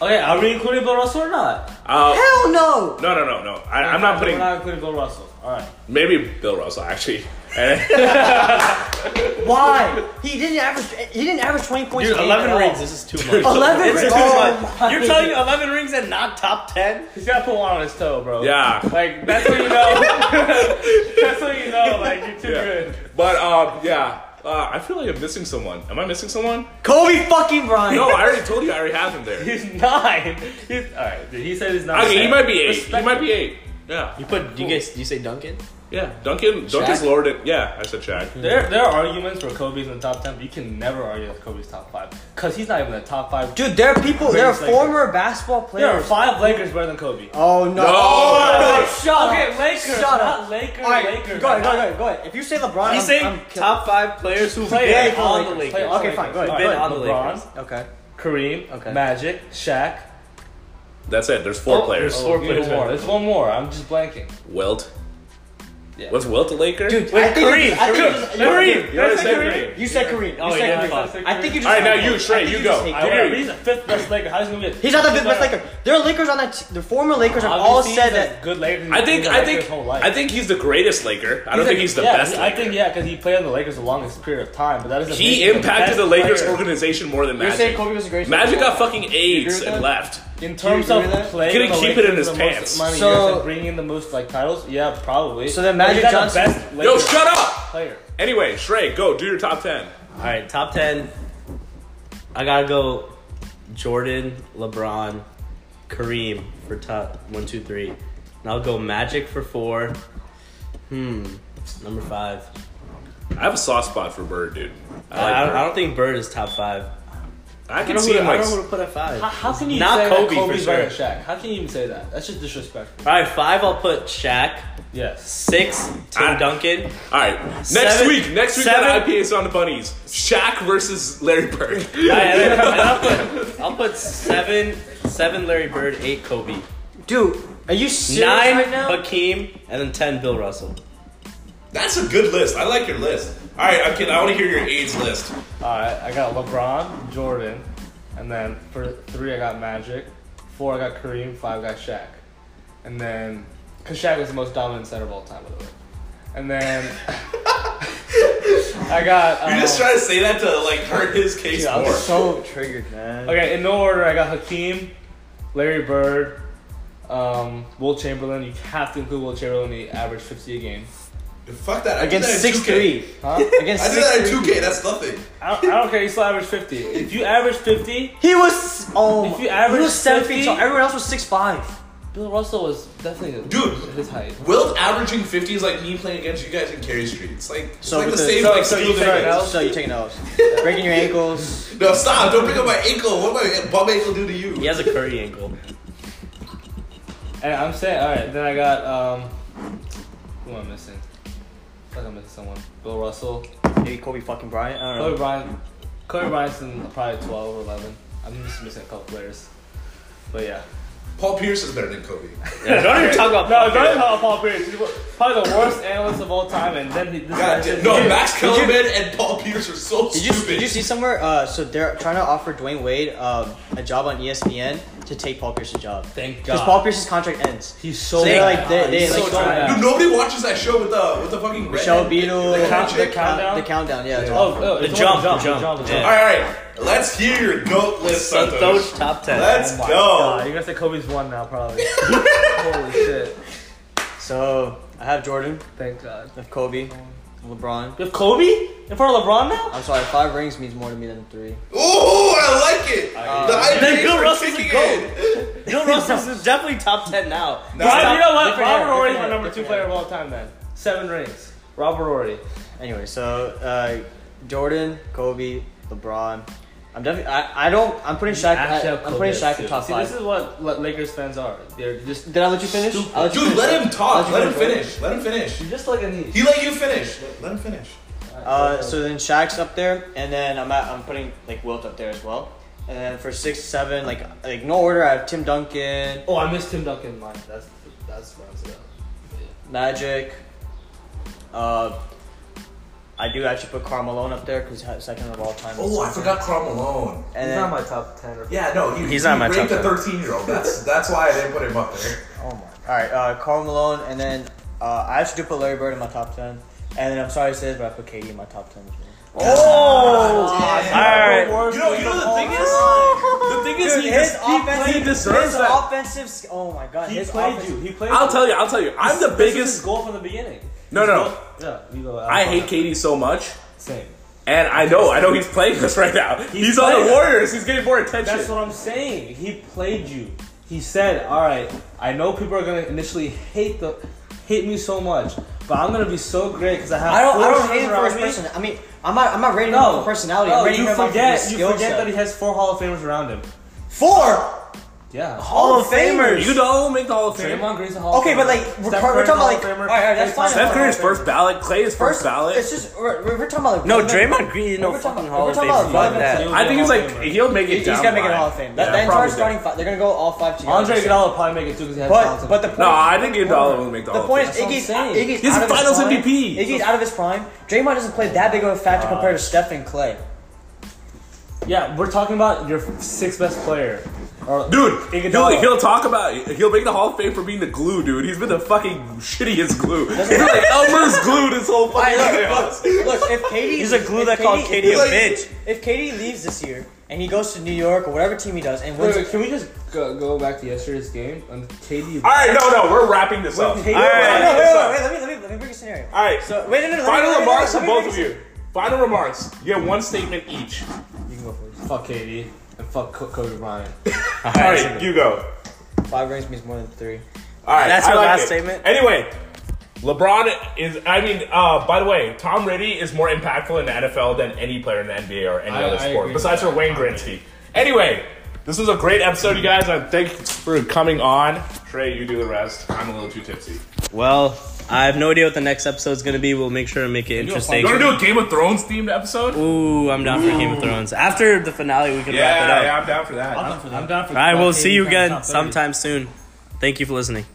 [SPEAKER 3] Okay, are we including Bill Russell or not?
[SPEAKER 1] Uh,
[SPEAKER 4] Hell no!
[SPEAKER 1] no, no, no, no. I, I'm not putting.
[SPEAKER 3] We're not including Bill Russell. All right.
[SPEAKER 1] Maybe Bill Russell actually. And-
[SPEAKER 4] Why? He didn't average. He didn't average twenty points.
[SPEAKER 2] Dude,
[SPEAKER 4] a game
[SPEAKER 2] eleven
[SPEAKER 4] at all.
[SPEAKER 2] rings. This is too much.
[SPEAKER 4] Eleven
[SPEAKER 2] This
[SPEAKER 4] rings.
[SPEAKER 2] is too
[SPEAKER 4] Oh
[SPEAKER 2] much.
[SPEAKER 4] my
[SPEAKER 2] You're telling me eleven rings and not top ten?
[SPEAKER 3] He's gotta put one on his toe, bro.
[SPEAKER 1] yeah.
[SPEAKER 3] Like that's what you know. that's what you know. Like you're too
[SPEAKER 1] Yeah.
[SPEAKER 3] good.
[SPEAKER 1] But um, yeah. Uh, I feel like I'm missing someone. Am I missing someone?
[SPEAKER 4] Kobe fucking Bryant.
[SPEAKER 1] No, I already told you I already have him there.
[SPEAKER 3] He's nine. He's all right. Dude, he said he's nine.
[SPEAKER 1] Okay, he might be eight. He
[SPEAKER 3] Respect
[SPEAKER 1] might be eight. Yeah.
[SPEAKER 2] You put? Do you guys? Do you say Duncan?
[SPEAKER 1] Yeah. Duncan. Duncan's
[SPEAKER 2] Shaq?
[SPEAKER 1] lowered it. Yeah, I said Shaq.
[SPEAKER 3] There, there are arguments for Kobe's in the top ten, but you can never argue that Kobe's top five because he's not even the top five.
[SPEAKER 4] Dude, there are people. There are
[SPEAKER 3] Lakers, Lakers.
[SPEAKER 4] former basketball
[SPEAKER 3] There are
[SPEAKER 4] players.
[SPEAKER 3] five Lakers better than Kobe.
[SPEAKER 4] Oh no!
[SPEAKER 1] No!
[SPEAKER 4] Dude, shut
[SPEAKER 3] Okay,
[SPEAKER 4] up.
[SPEAKER 3] Lakers,
[SPEAKER 4] Shut up.
[SPEAKER 3] not Lakers,
[SPEAKER 4] All right,
[SPEAKER 3] Lakers.
[SPEAKER 4] Go ahead, go ahead, go ahead. If you say LeBron,
[SPEAKER 2] He's
[SPEAKER 4] I'm,
[SPEAKER 2] saying
[SPEAKER 4] I'm kill-
[SPEAKER 2] top five players who've
[SPEAKER 3] Play
[SPEAKER 2] been
[SPEAKER 3] it
[SPEAKER 2] on the
[SPEAKER 3] on Lakers,
[SPEAKER 2] Lakers.
[SPEAKER 3] play it on
[SPEAKER 4] Okay,
[SPEAKER 3] Lakers.
[SPEAKER 4] fine, go ahead,
[SPEAKER 3] All
[SPEAKER 2] go ahead.
[SPEAKER 3] LeBron,
[SPEAKER 2] On the Lakers.
[SPEAKER 4] Okay.
[SPEAKER 3] Kareem,
[SPEAKER 4] Okay.
[SPEAKER 3] Magic, Shaq.
[SPEAKER 1] That's it. There's four players.
[SPEAKER 3] Oh, There's
[SPEAKER 2] four
[SPEAKER 3] four
[SPEAKER 2] players
[SPEAKER 3] players more.
[SPEAKER 2] better.
[SPEAKER 3] There's one more. I'm just blanking.
[SPEAKER 1] Wilt.
[SPEAKER 3] Yeah.
[SPEAKER 1] Was Wilt a Laker?
[SPEAKER 4] Dude,
[SPEAKER 2] Wait,
[SPEAKER 4] I think
[SPEAKER 2] Kareem,
[SPEAKER 4] you- I think you
[SPEAKER 2] Kareem,
[SPEAKER 4] just-
[SPEAKER 2] Kareem.
[SPEAKER 1] you already
[SPEAKER 3] That's
[SPEAKER 1] said
[SPEAKER 3] Kareem.
[SPEAKER 1] Kareem.
[SPEAKER 4] You said Kareem. You
[SPEAKER 2] Oh,
[SPEAKER 4] said
[SPEAKER 2] yeah,
[SPEAKER 4] Kareem.
[SPEAKER 2] fuck.
[SPEAKER 4] I think you just.
[SPEAKER 1] All right, now
[SPEAKER 4] hate
[SPEAKER 1] you,
[SPEAKER 4] Kobe.
[SPEAKER 1] Trey,
[SPEAKER 4] I think
[SPEAKER 1] you
[SPEAKER 4] just
[SPEAKER 1] go.
[SPEAKER 4] hate
[SPEAKER 1] I
[SPEAKER 4] Kobe.
[SPEAKER 1] hear you.
[SPEAKER 3] He's the fifth best Laker. How's he gonna be?
[SPEAKER 4] He's not the fifth best Laker. There are Lakers on that. T- the former Lakers have all said that.
[SPEAKER 3] Good Lakers.
[SPEAKER 1] I think I think
[SPEAKER 3] His whole life.
[SPEAKER 1] I think he's the greatest Laker. I don't think he's the
[SPEAKER 3] yeah,
[SPEAKER 1] best.
[SPEAKER 3] I
[SPEAKER 1] Laker.
[SPEAKER 3] think yeah, because he played on the Lakers the longest period of time, but that doesn't. make
[SPEAKER 1] he
[SPEAKER 3] him
[SPEAKER 1] impacted
[SPEAKER 3] best
[SPEAKER 1] the Lakers
[SPEAKER 3] player.
[SPEAKER 1] organization more than
[SPEAKER 4] You're
[SPEAKER 1] Magic.
[SPEAKER 4] saying Kobe was a great.
[SPEAKER 1] Magic got fucking
[SPEAKER 4] agree
[SPEAKER 1] AIDS
[SPEAKER 4] with
[SPEAKER 1] and
[SPEAKER 4] that?
[SPEAKER 1] left.
[SPEAKER 3] in
[SPEAKER 4] you
[SPEAKER 3] terms
[SPEAKER 4] agree
[SPEAKER 3] of
[SPEAKER 4] with that?
[SPEAKER 3] playing.
[SPEAKER 1] He didn't
[SPEAKER 3] the
[SPEAKER 1] keep it
[SPEAKER 3] Lakers
[SPEAKER 1] in his
[SPEAKER 3] the most
[SPEAKER 1] pants.
[SPEAKER 3] Money
[SPEAKER 4] So-
[SPEAKER 3] years and bringing in the most like titles, yeah, probably.
[SPEAKER 4] So then
[SPEAKER 3] But
[SPEAKER 4] Magic
[SPEAKER 3] he's not the
[SPEAKER 4] Johnson-
[SPEAKER 3] best
[SPEAKER 1] Yo,
[SPEAKER 3] Lakers
[SPEAKER 1] shut up.
[SPEAKER 3] player.
[SPEAKER 1] Anyway, Shrey, go do your top ten.
[SPEAKER 2] All right, top ten. I gotta go. Jordan, LeBron, Kareem for top one, two, three. And I'll go Magic for four. Hmm, number five.
[SPEAKER 1] I have a soft spot for Bird, dude. I,
[SPEAKER 2] I,
[SPEAKER 1] like
[SPEAKER 2] Uh, I, don't,
[SPEAKER 1] Bird.
[SPEAKER 2] I don't think Bird is top five.
[SPEAKER 1] I
[SPEAKER 2] I
[SPEAKER 1] can
[SPEAKER 2] don't,
[SPEAKER 1] see
[SPEAKER 2] know,
[SPEAKER 1] him
[SPEAKER 2] who, I
[SPEAKER 1] like.
[SPEAKER 2] don't know who to put at five.
[SPEAKER 3] How, how can you
[SPEAKER 2] Not
[SPEAKER 3] say
[SPEAKER 2] Kobe
[SPEAKER 3] that Kobe's
[SPEAKER 2] for
[SPEAKER 3] better than Shaq? How can you even say that? That's just disrespectful.
[SPEAKER 2] All right, five. I'll put Shaq.
[SPEAKER 3] Yes.
[SPEAKER 2] Six. Tim
[SPEAKER 1] Ah.
[SPEAKER 2] Duncan.
[SPEAKER 1] All right, next
[SPEAKER 2] Seven-
[SPEAKER 1] week, next week
[SPEAKER 2] seven-
[SPEAKER 1] that IPA is on the bunnies. Shaq versus Larry Bird.
[SPEAKER 2] All right, and then- and I'll, put, I'll put seven. Seven. Larry Bird. Eight. Kobe.
[SPEAKER 4] Dude, are you serious
[SPEAKER 2] Nine.
[SPEAKER 4] right now?
[SPEAKER 2] Hakeem. And then ten. Bill Russell.
[SPEAKER 1] That's a good list. I like your list. All right, I'm kidding. I want to hear your AIDS list.
[SPEAKER 3] All right, I got LeBron, Jordan, and then for three I got Magic, four I got Kareem, five I got Shaq, and then because Shaq was the most dominant center of all time, by the way. And then I got. Um,
[SPEAKER 1] You're just trying to say that to like hurt his case
[SPEAKER 4] Dude, I
[SPEAKER 1] more.
[SPEAKER 4] was so triggered, man.
[SPEAKER 3] Okay, in no order, I got Hakeem, Larry Bird, um, Will Chamberlain. You have to include Will Chamberlain. He averaged 50 a game.
[SPEAKER 1] Fuck that. I did
[SPEAKER 4] Against
[SPEAKER 1] that in
[SPEAKER 4] six
[SPEAKER 1] 2K.
[SPEAKER 4] three.
[SPEAKER 3] Huh?
[SPEAKER 4] Against
[SPEAKER 1] I did
[SPEAKER 4] six
[SPEAKER 1] that at
[SPEAKER 4] three.
[SPEAKER 1] 2K. That's nothing.
[SPEAKER 3] I don't, I don't care. You still average 50. If you average 50,
[SPEAKER 4] He was oh,
[SPEAKER 3] If you average
[SPEAKER 4] he was seven
[SPEAKER 3] 50
[SPEAKER 4] feet tall. Uh, Everyone else was six five.
[SPEAKER 3] Bill Russell was definitely
[SPEAKER 1] Dude.
[SPEAKER 3] his height.
[SPEAKER 1] Wilt averaging 50 is like me playing against you guys in Carey Street. It's like, it's
[SPEAKER 4] So
[SPEAKER 1] like the
[SPEAKER 4] because-
[SPEAKER 1] same
[SPEAKER 3] so-
[SPEAKER 1] like
[SPEAKER 3] so you
[SPEAKER 1] skill
[SPEAKER 3] figure it
[SPEAKER 1] thing.
[SPEAKER 3] out?
[SPEAKER 4] So you're taking those, breaking your ankles.
[SPEAKER 1] No, stop. Don't bring up my ankle. What did my bum ankle do to you?
[SPEAKER 2] He has a Curry ankle.
[SPEAKER 3] And I'm saying, all right. Then I got um, who am I missing? I feel like I'm missing someone. Bill Russell,
[SPEAKER 4] Maybe Kobe fucking Bryant. I don't
[SPEAKER 3] Kobe
[SPEAKER 4] know.
[SPEAKER 3] Bryant, Kobe Bryant's in probably 12 or 11. I'm just missing a couple players. But yeah.
[SPEAKER 1] Paul Pierce is better than Kobe.
[SPEAKER 2] Yeah, don't even talk about.
[SPEAKER 3] No,
[SPEAKER 2] Paul
[SPEAKER 3] don't
[SPEAKER 2] Pierce.
[SPEAKER 3] call Paul Pierce. He's probably the worst analyst of all time, and then he. This guy
[SPEAKER 1] God
[SPEAKER 3] said-
[SPEAKER 1] damn. No,
[SPEAKER 3] Dude,
[SPEAKER 1] Max Kellerman and Paul Pierce are so
[SPEAKER 4] Did you
[SPEAKER 1] stupid.
[SPEAKER 4] did you see somewhere? Uh, so they're trying to offer Dwayne Wade um, a job on ESPN to take Paul Pierce's job
[SPEAKER 3] Thank
[SPEAKER 4] because Paul Pierce's contract ends.
[SPEAKER 3] He's so.
[SPEAKER 4] So they're
[SPEAKER 3] bad.
[SPEAKER 4] like- they- they
[SPEAKER 3] He's
[SPEAKER 4] like
[SPEAKER 3] so
[SPEAKER 4] trying-
[SPEAKER 3] bad.
[SPEAKER 1] Dude, nobody watches that show with the with the fucking red.
[SPEAKER 4] Michelle Beadle,
[SPEAKER 1] The
[SPEAKER 3] count-
[SPEAKER 1] count-
[SPEAKER 3] the countdown?
[SPEAKER 4] the countdown. Yeah,
[SPEAKER 3] Oh, oh,
[SPEAKER 2] The
[SPEAKER 3] it's
[SPEAKER 2] jump,
[SPEAKER 3] all
[SPEAKER 2] the jump,
[SPEAKER 3] the
[SPEAKER 2] yeah.
[SPEAKER 1] All right, all right. Let's hear your goat list,
[SPEAKER 2] Santos
[SPEAKER 1] Santos.
[SPEAKER 2] top ten.
[SPEAKER 1] Let's
[SPEAKER 3] Oh my God,
[SPEAKER 1] go.
[SPEAKER 3] You're gonna say Kobe's one now, probably. Holy shit!
[SPEAKER 4] So I have Jordan,
[SPEAKER 3] Thank God.
[SPEAKER 4] I have Kobe, LeBron.
[SPEAKER 3] You have Kobe in front of LeBron now?
[SPEAKER 4] I'm sorry, five rings means more to me than three.
[SPEAKER 1] Ooh, I like it. the
[SPEAKER 2] Then
[SPEAKER 1] IPAs
[SPEAKER 2] Bill
[SPEAKER 1] are
[SPEAKER 2] Russell's a
[SPEAKER 1] kicking
[SPEAKER 2] goat.
[SPEAKER 1] in.
[SPEAKER 2] Bill Russell is definitely top ten now.
[SPEAKER 1] No,
[SPEAKER 3] Rob, you know what?
[SPEAKER 4] different
[SPEAKER 3] Robert
[SPEAKER 4] era,
[SPEAKER 3] Ory's
[SPEAKER 4] different
[SPEAKER 3] my
[SPEAKER 4] era,
[SPEAKER 3] number two
[SPEAKER 4] different
[SPEAKER 3] player
[SPEAKER 4] era.
[SPEAKER 3] of all time. Then seven rings. Rob Rory.
[SPEAKER 4] Anyway, so uh, Jordan, Kobe, LeBron. I'm definitely. I, I don't. I'm putting Shaq. I,
[SPEAKER 3] Actually,
[SPEAKER 4] am putting
[SPEAKER 3] Kobe
[SPEAKER 4] Shaq in
[SPEAKER 3] too.
[SPEAKER 4] top
[SPEAKER 3] See,
[SPEAKER 4] five.
[SPEAKER 3] This is what La- Lakers fans are. They're just
[SPEAKER 4] Did I let you finish? I let you
[SPEAKER 1] Dude,
[SPEAKER 4] finish.
[SPEAKER 1] let him talk.
[SPEAKER 4] I'll
[SPEAKER 1] Let him
[SPEAKER 4] just go.
[SPEAKER 1] finish. Let him finish.
[SPEAKER 3] you're just like a niche.
[SPEAKER 1] He let you finish. Let- Let him finish.
[SPEAKER 4] Uh, so then Shaq's up there, and then I'm at, I'm putting like Wilt up there as well. And then for six, seven, like like no order. I have Tim Duncan,
[SPEAKER 3] oh, I missed Tim Duncan. Mine. That's that's what I'm saying.
[SPEAKER 4] Magic. Uh, I do actually put Karl Malone up there because he's second of all time.
[SPEAKER 1] Oh, I forgot Carl Malone.
[SPEAKER 4] And
[SPEAKER 3] He's
[SPEAKER 4] then,
[SPEAKER 3] not my top ten. Or
[SPEAKER 1] Yeah, no, he,
[SPEAKER 4] He's not
[SPEAKER 1] he
[SPEAKER 4] my top
[SPEAKER 1] raped a
[SPEAKER 4] ten.
[SPEAKER 1] 13 year old. That's that's why I didn't put him up there.
[SPEAKER 4] oh my. All right, uh, Karl Malone, and then uh, I actually do put Larry Bird in my top ten. And then I'm sorry to say this, but I put KD in my top ten. as well.
[SPEAKER 1] Oh,
[SPEAKER 2] Alright.
[SPEAKER 1] You know, you know the thing is, the thing is,
[SPEAKER 4] Dude,
[SPEAKER 1] he,
[SPEAKER 4] his
[SPEAKER 1] just, he
[SPEAKER 4] offensive,
[SPEAKER 1] played deserves
[SPEAKER 4] his
[SPEAKER 1] that.
[SPEAKER 4] offensive. sk- Oh my god,
[SPEAKER 3] he
[SPEAKER 4] his
[SPEAKER 3] played
[SPEAKER 4] offensive-
[SPEAKER 3] you. He played.
[SPEAKER 1] I'll
[SPEAKER 3] you.
[SPEAKER 1] tell you, I'll tell you, I'm the
[SPEAKER 3] This was his
[SPEAKER 1] biggest.
[SPEAKER 3] goal from the beginning.
[SPEAKER 1] No,
[SPEAKER 3] His
[SPEAKER 1] no.
[SPEAKER 3] goal- Yeah, you go.
[SPEAKER 1] I hate Katie so much,
[SPEAKER 3] Same.
[SPEAKER 1] and I know, I know he's playing us right now. He's, on
[SPEAKER 3] playing
[SPEAKER 1] the
[SPEAKER 3] us.
[SPEAKER 1] Warriors. He's getting more attention.
[SPEAKER 3] That's what I'm saying. He played you. He said, "All right, I know people are gonna initially hate the hate me so much, but I'm gonna be so great because I have."
[SPEAKER 4] I don't. I
[SPEAKER 3] four
[SPEAKER 4] don't hate
[SPEAKER 3] shooters
[SPEAKER 4] him
[SPEAKER 3] around
[SPEAKER 4] for his
[SPEAKER 3] me."
[SPEAKER 4] person. I mean, I'm not. I'm not rating him
[SPEAKER 3] No
[SPEAKER 4] for personality.
[SPEAKER 3] No,
[SPEAKER 4] I'm rating
[SPEAKER 3] you
[SPEAKER 4] him
[SPEAKER 3] forget.
[SPEAKER 4] for his
[SPEAKER 3] You
[SPEAKER 4] skill
[SPEAKER 3] forget
[SPEAKER 4] set.
[SPEAKER 3] that he has four Hall of Famers around him.
[SPEAKER 4] Four
[SPEAKER 3] Yeah.
[SPEAKER 4] Hall of Famers.
[SPEAKER 1] You don't make the Hall of Fame.
[SPEAKER 3] Draymond Green's a Hall
[SPEAKER 4] Okay,
[SPEAKER 3] of Famer.
[SPEAKER 4] but like we're,
[SPEAKER 3] Steph
[SPEAKER 4] tar- we're
[SPEAKER 3] Curry's
[SPEAKER 4] talking about
[SPEAKER 3] a Hall
[SPEAKER 4] like.
[SPEAKER 3] of
[SPEAKER 4] All right,
[SPEAKER 3] Famer.
[SPEAKER 4] all right, that's fine.
[SPEAKER 1] Steph Curry's
[SPEAKER 4] that's fine.
[SPEAKER 1] first ballot. Clay is first, ballot.
[SPEAKER 4] It's just we're, we're we're talking about. Like,
[SPEAKER 2] No,
[SPEAKER 4] relevant-
[SPEAKER 2] Draymond Green ain't no
[SPEAKER 4] We're talking-
[SPEAKER 2] fucking
[SPEAKER 4] we're
[SPEAKER 2] Hall of
[SPEAKER 4] talking
[SPEAKER 2] Fame.
[SPEAKER 4] about
[SPEAKER 2] Fuck
[SPEAKER 3] Zion
[SPEAKER 2] that.
[SPEAKER 3] too.
[SPEAKER 1] I think he's like
[SPEAKER 3] Hall of Famer.
[SPEAKER 1] he'll make it.
[SPEAKER 4] He's
[SPEAKER 1] down
[SPEAKER 4] gonna make
[SPEAKER 1] the
[SPEAKER 4] it a
[SPEAKER 1] line.
[SPEAKER 4] Hall of Fame. That,
[SPEAKER 1] Yeah,
[SPEAKER 4] that entire
[SPEAKER 1] probably
[SPEAKER 4] starting
[SPEAKER 1] do.
[SPEAKER 4] five, they're gonna go all five together.
[SPEAKER 3] Andre Iguodala will probably make it too because he has
[SPEAKER 4] But
[SPEAKER 3] talent.
[SPEAKER 4] but the point,
[SPEAKER 1] No, I think Iguodala will make the
[SPEAKER 4] the
[SPEAKER 1] Hall of Fame.
[SPEAKER 4] point is
[SPEAKER 3] That's what I'm
[SPEAKER 4] Iggy's,
[SPEAKER 3] saying.
[SPEAKER 4] Iggy's
[SPEAKER 1] He's
[SPEAKER 4] out of his
[SPEAKER 1] finals
[SPEAKER 4] prime.
[SPEAKER 1] MVP.
[SPEAKER 4] Iggy's out of his prime. Draymond doesn't play that big of a factor compared to Steph and Clay.
[SPEAKER 3] yeah, we're talking about your sixth best player. Or-
[SPEAKER 1] Dude, he'll,
[SPEAKER 3] Iguodala.
[SPEAKER 1] he'll talk about he'll make the Hall of Fame for being the glue, dude. He's been the fucking shittiest glue. He's been like Elmer's glue this whole fucking playoffs.
[SPEAKER 4] Look, if Katie,
[SPEAKER 2] He's a glue
[SPEAKER 4] if
[SPEAKER 2] that called Katie a
[SPEAKER 4] if-
[SPEAKER 2] bitch.
[SPEAKER 4] If Katie leaves this year and he goes to New York or whatever team he does and
[SPEAKER 3] Wait,
[SPEAKER 4] wins,
[SPEAKER 3] wait, can we just go, go back to yesterday's game? Um, And KD.
[SPEAKER 1] All right, no, no, we're wrapping this up.
[SPEAKER 3] Wait,
[SPEAKER 1] All right,
[SPEAKER 4] wait, no, wait, wait, wait, let me let me let me bring a scenario.
[SPEAKER 1] all right.
[SPEAKER 4] So wait, no, no, no, let me-
[SPEAKER 1] Final
[SPEAKER 4] let me-
[SPEAKER 1] remarks
[SPEAKER 4] let
[SPEAKER 1] from
[SPEAKER 4] me
[SPEAKER 1] both
[SPEAKER 4] bring
[SPEAKER 1] of you. Final remarks. You get one statement each.
[SPEAKER 3] Fuck KD and fuck Co- Kobe Bryant.
[SPEAKER 1] All right, you go.
[SPEAKER 4] a- Five rings means more than three.
[SPEAKER 1] All right,
[SPEAKER 2] That's
[SPEAKER 1] I
[SPEAKER 2] your
[SPEAKER 1] like
[SPEAKER 2] last
[SPEAKER 1] it.
[SPEAKER 2] statement?
[SPEAKER 1] Anyway, LeBron is. I mean, uh, by the way, Tom Brady is more impactful in the NFL than any player in the NBA or any
[SPEAKER 3] I-
[SPEAKER 1] other
[SPEAKER 3] I
[SPEAKER 1] sport
[SPEAKER 3] agree.
[SPEAKER 1] besides for Wayne Gretzky. Anyway, this was a great episode, you guys. I thank you for coming on. Trey, you do the rest. I'm a little too tipsy.
[SPEAKER 2] Well, I have no idea what the next episode's gonna be. We'll make sure and make it interesting.
[SPEAKER 1] You want to do a Game of Thrones themed episode?
[SPEAKER 2] Ooh, I'm down for Game of Thrones. After the finale, we can wrap it
[SPEAKER 1] Yeah,
[SPEAKER 2] up.
[SPEAKER 1] yeah, I'm down for that.
[SPEAKER 3] I'm down for
[SPEAKER 2] All right, we'll
[SPEAKER 3] KD
[SPEAKER 2] see you
[SPEAKER 3] Bryant
[SPEAKER 2] again
[SPEAKER 3] top 30.
[SPEAKER 2] sometime soon. Thank you for listening.